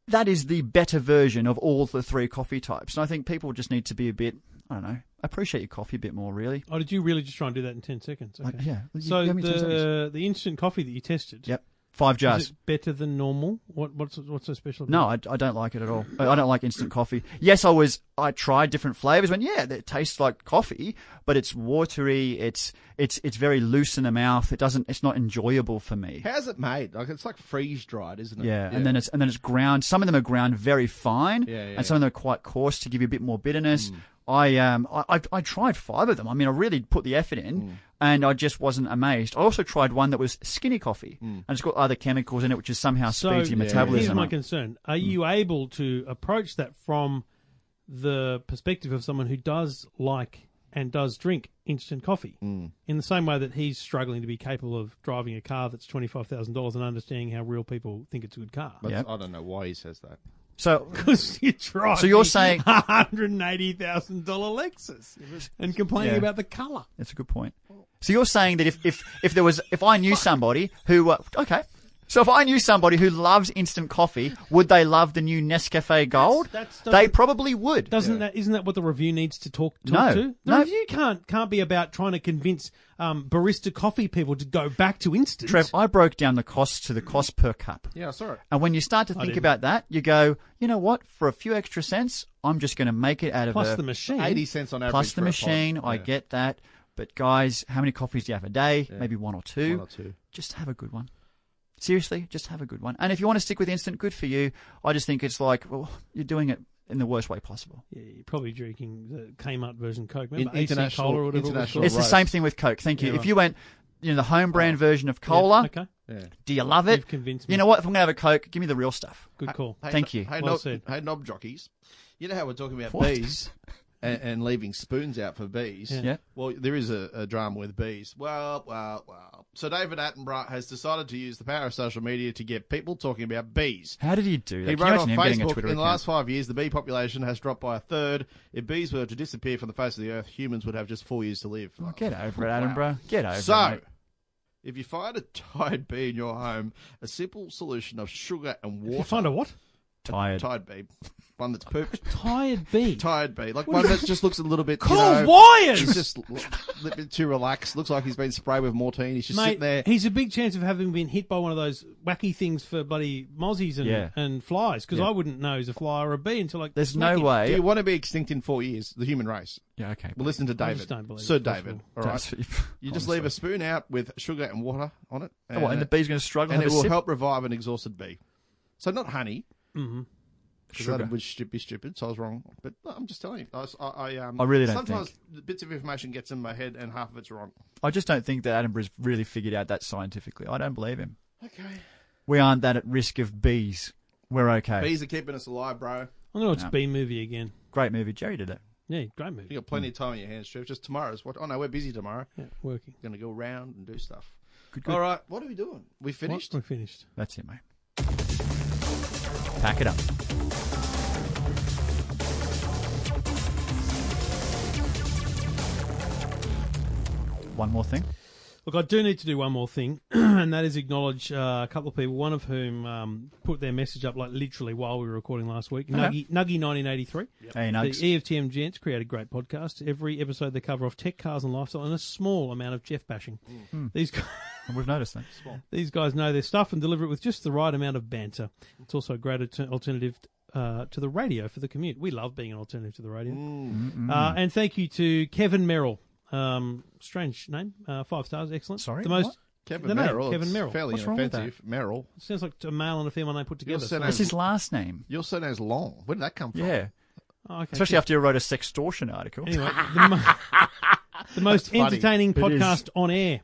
F: that is the better version of all the three coffee types. And I think people just need to be a bit, I don't know, appreciate your coffee a bit more, really.
E: Oh, did you really just try and do that in ten seconds?
F: I-
E: Okay.
F: yeah. You
E: So
F: gave me 10
E: the
F: seconds.
E: the instant coffee that you tested.
F: Yep. Five
E: Is
F: jars.
E: it better than normal? What what's what's so special?
F: No,
E: About
F: I, I don't like it at all. I I don't like instant coffee. Yes, I was. I tried different flavors. Went, yeah, that tastes like coffee, but it's watery. It's it's it's very loose in the mouth. It doesn't. It's not enjoyable for me.
B: How's it made? Like it's like freeze dried, isn't it?
F: Yeah, and then it's and then it's ground. Some of them are ground very fine,
B: Yeah, yeah,
F: and some of them are quite coarse to give you a bit more bitterness. I um I, I I tried five of them. I mean, I really put the effort in, and I just wasn't amazed. I also tried one that was skinny coffee, and it's got other chemicals in it, which is somehow
E: so
F: speeds your metabolism. Mm.
E: Here's my
F: up.
E: concern: Are you able to approach that from the perspective of someone who does like and does drink instant coffee,
F: Mm.
E: in the same way that he's struggling to be capable of driving a car that's twenty five thousand dollars and understanding how real people think it's a good car?
B: But uh,
F: Yep.
B: I don't know why he says that.
F: so
E: Because you drive.
F: So you're saying-
E: a hundred and eighty thousand dollar Lexus and complaining
F: Yeah.
E: about the color.
F: That's a good point. So you're saying that if if if there was if I knew somebody who uh, okay, so if I knew somebody who loves instant coffee, would they love the new Nescafe Gold?
E: that's-
F: they probably would.
E: Doesn't that isn't that what the review needs to talk,
F: No,
E: talk to? The
F: no.
E: review can't can't be about trying to convince um, barista coffee people to go back to instant.
F: Trev, I broke down the cost to the cost per cup.
B: Yeah, I saw it.
F: And when you start to think
E: didn't.
F: about that, you go, you know what? For a few extra cents, I'm just going to make it out of
E: plus
F: a,
E: the machine.
B: Eighty cents on average.
F: plus
B: for
F: the
B: a pod.
F: machine. I
B: Yeah.
F: get that. But guys, how many coffees do you have a day? Maybe one or two.
B: One or two.
F: Just have a good one. Seriously, just have a good one. And if you want to stick with instant, good for you. I just think it's like, well, you're doing it in the worst way possible.
E: Yeah, you're probably drinking the Kmart version Coke.
B: In-
E: Remember AC
B: international-
E: Cola or whatever it was
B: international-
E: called?
F: it's the
B: roast.
F: same thing with Coke. Thank you.
E: Yeah,
F: if
E: right.
F: you went, you know, the home brand version of
E: Yeah,
F: cola,
E: okay,
B: Yeah.
F: do you love it?
E: You've convinced
F: You
E: me.
F: know what? If I'm going to have a Coke, give me the real stuff.
E: good call.
B: Hey,
F: Thank
B: no-
F: you.
B: Hey,
E: Well
B: knob,
E: said.
B: hey, knob jockeys. You know how we're talking about
F: What?
B: bees and, and leaving spoons out for bees.
F: Yeah.
B: Well, there is a, a drama with bees. Well, well, well. So David Attenborough has decided to use the power of social media to get people talking about bees.
F: How did he do that?
B: He
F: Can you
B: wrote on
F: imagine him getting a
B: Facebook,
F: Twitter
B: in the
F: account?
B: last five years, the bee population has dropped by a third. If bees were to disappear from the face of the earth, humans would have just four years to live.
F: Oh, get over it, Adam, bro. Get over it.
B: So,
F: mate.
B: if you find a tired bee in your home, a simple solution of sugar and water.
E: You find a what?
F: tired.
B: tired bee, one that's pooped,
E: Tired bee.
B: tired bee, like one that just looks a little bit.
E: Call
B: you know,
E: wires!
B: He's just a little bit too relaxed. Looks like he's been sprayed with morphine. He's just
E: Mate,
B: sitting there.
E: he's a big chance of having been hit by one of those wacky things for bloody mozzies and,
F: Yeah.
E: and flies because
F: Yeah.
E: I wouldn't know he's a fly or a bee until like
F: There's no
B: Do
F: way.
B: you want to be extinct in four years? The human race.
F: Yeah, okay.
B: Well, listen to David.
E: just don't believe
B: Sir
E: it's
B: David.
E: possible.
B: All right. You just leave a spoon out with sugar and water on it, and,
F: What, and the bee's going to struggle.
B: and it
F: have a
B: will
F: sip?
B: help revive an exhausted bee. So not honey. Mm-hmm.
F: Sugar.
B: That would stu- be stupid, so I was wrong. But I'm just telling you. I, s- I- I, um,
F: I really don't
B: Sometimes bits of information gets in my head, and half of it's wrong.
F: I just don't think that Attenborough's really figured out that scientifically. I don't believe him.
B: Okay.
F: We aren't that at risk of bees. We're okay.
B: Bees are keeping us alive, bro.
E: I'm gonna watch
F: No.
E: B movie again.
F: Great movie. Jerry did it.
E: Yeah, great
B: You
E: movie.
B: got plenty of time on your hands, Trev. Just tomorrow's what? Oh no, we're busy tomorrow.
E: Yeah, working.
B: Going to go round and do stuff.
F: Good, good.
B: All right, what are we doing? We finished.
E: What? We're finished.
F: That's it, mate. Pack it up. One more thing.
E: Look, I do need to do one more thing, and that is acknowledge uh, a couple of people. One of whom um, put their message up like literally while we were recording last week. Nuggy, Nuggy, nineteen eighty three.
F: Hey,
E: The E
F: Nugs.
E: EFTM gents create a great podcast. Every episode they cover off tech, cars, and lifestyle, and a small amount of Jeff bashing.
F: Hmm.
E: These guys,
F: And We've noticed that.
E: these guys know their stuff and deliver it with just the right amount of banter. It's also a great alter- alternative. Uh, to the radio for the commute. We love being an alternative to the radio.
F: Mm.
E: Uh, and thank you to Kevin Merrill. Um, strange name. Uh, five stars. Excellent.
F: Sorry,
E: The most
F: what?
B: Kevin
E: The name,
B: Merrill.
E: Kevin
B: it's
E: Merrill.
B: Fairly
F: What's wrong with
B: inoffensive. Merrill.
E: Sounds like a male and a female name put
B: Your
E: together.
B: surname.
F: That's his last name.
B: Your surname's long. Where did that come from?
F: Yeah.
E: Oh, okay.
F: Especially after you wrote a sextortion article.
E: Anyway, the, mo- the most
B: funny.
E: entertaining
F: It is.
E: podcast on air.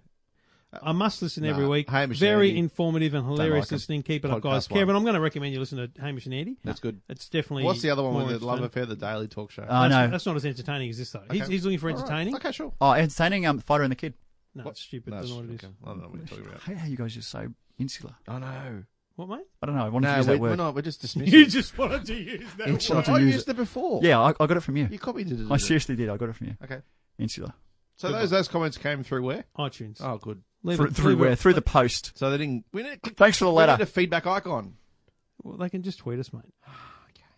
E: I must listen every
B: Nah,
E: week.
B: Hamish and
E: Very
B: Andy.
E: informative and hilarious
B: like 'em.
E: listening. Keep it up,
B: Podcast
E: guys.
B: one.
E: Kevin, I'm going to recommend you listen to Hamish and Andy.
B: That's good.
E: It's definitely.
B: What's the other one
E: more
B: with the love
E: entertaining.
B: affair? The Daily Talk Show.
F: I
E: That's,
F: know.
E: that's not as entertaining as this, though. He's, he's looking for
B: All right.
E: entertaining.
B: Okay, sure.
F: Oh, entertaining um, Fighter and the Kid.
E: No,
B: What?
E: it's stupid.
B: No,
E: than what it is.
B: okay. I don't know what you're talking about.
F: I hate how you guys are so insular.
B: I know.
E: What, mate?
F: I don't know. I wanted to
B: No,
F: use
B: we're,
F: that word.
B: we're not. We're just dismissing.
E: You
B: it.
E: just wanted to use that
B: It's
E: word.
F: not- to
B: I
F: use
B: used it before.
F: Yeah, I, I got it from you.
B: You copied it. didn't
F: I
B: you?
F: seriously did. I got it from you.
B: Okay.
F: Insular.
B: So those those comments came through where?
E: iTunes.
B: Oh, good.
E: Leave
F: Through,
E: it-
F: through
E: leave it-
F: where? Through the post.
B: So they didn't. We need to click.
F: Thanks for the
B: we need
F: letter.
B: a feedback icon.
E: Well, they can just tweet us, mate.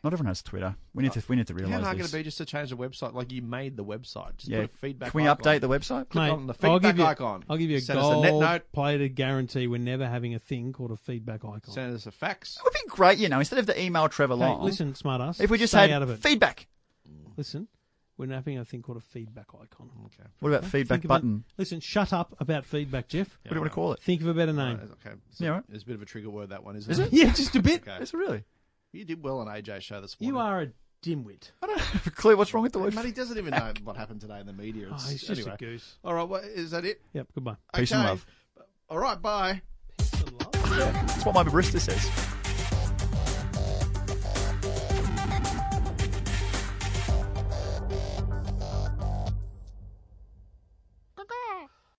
F: Not everyone has Twitter. We need to. We need to
B: How
F: realize
B: hard can
F: this.
B: it be just to change the website? Like you made the website. Just
F: yeah.
B: put a feedback.
F: Can we
B: icon.
F: update the website?
B: Click
E: Mate,
B: on the
E: I'll
B: feedback
E: give you,
B: icon.
E: I'll give you a
B: Send us a
E: gold
B: net note.
E: plated guarantee. We're never having a thing called a feedback icon.
B: Send us a fax.
F: It would be great, you know, instead of the email Trevor
E: Hey,
F: Long.
E: listen, smartass.
F: if we just
E: stay
F: had
E: out of it.
F: feedback.
E: listen, we're not having a thing called a feedback icon. Okay.
F: What about feedback button?
E: listen, shut up about feedback, Jeff.
F: What do you want to call it?
E: Think of a better
B: Uh,
E: name.
B: Okay.
F: Yeah, all right.
B: There's a bit of a trigger word that one, isn't
F: Is it?
E: Yeah, just a bit.
B: Okay.
F: Is it really?
B: You did well on AJ show this morning.
E: You are a dimwit.
F: I don't have a clue what's wrong with the word.
B: But he doesn't even know what happened today in the media.
E: Oh,
B: It's,
E: he's just
B: anyway.
E: a goose.
B: All right. Well, is that it?
E: Yep, goodbye.
F: Peace and love.
B: All right. Bye.
F: That's what my barista says.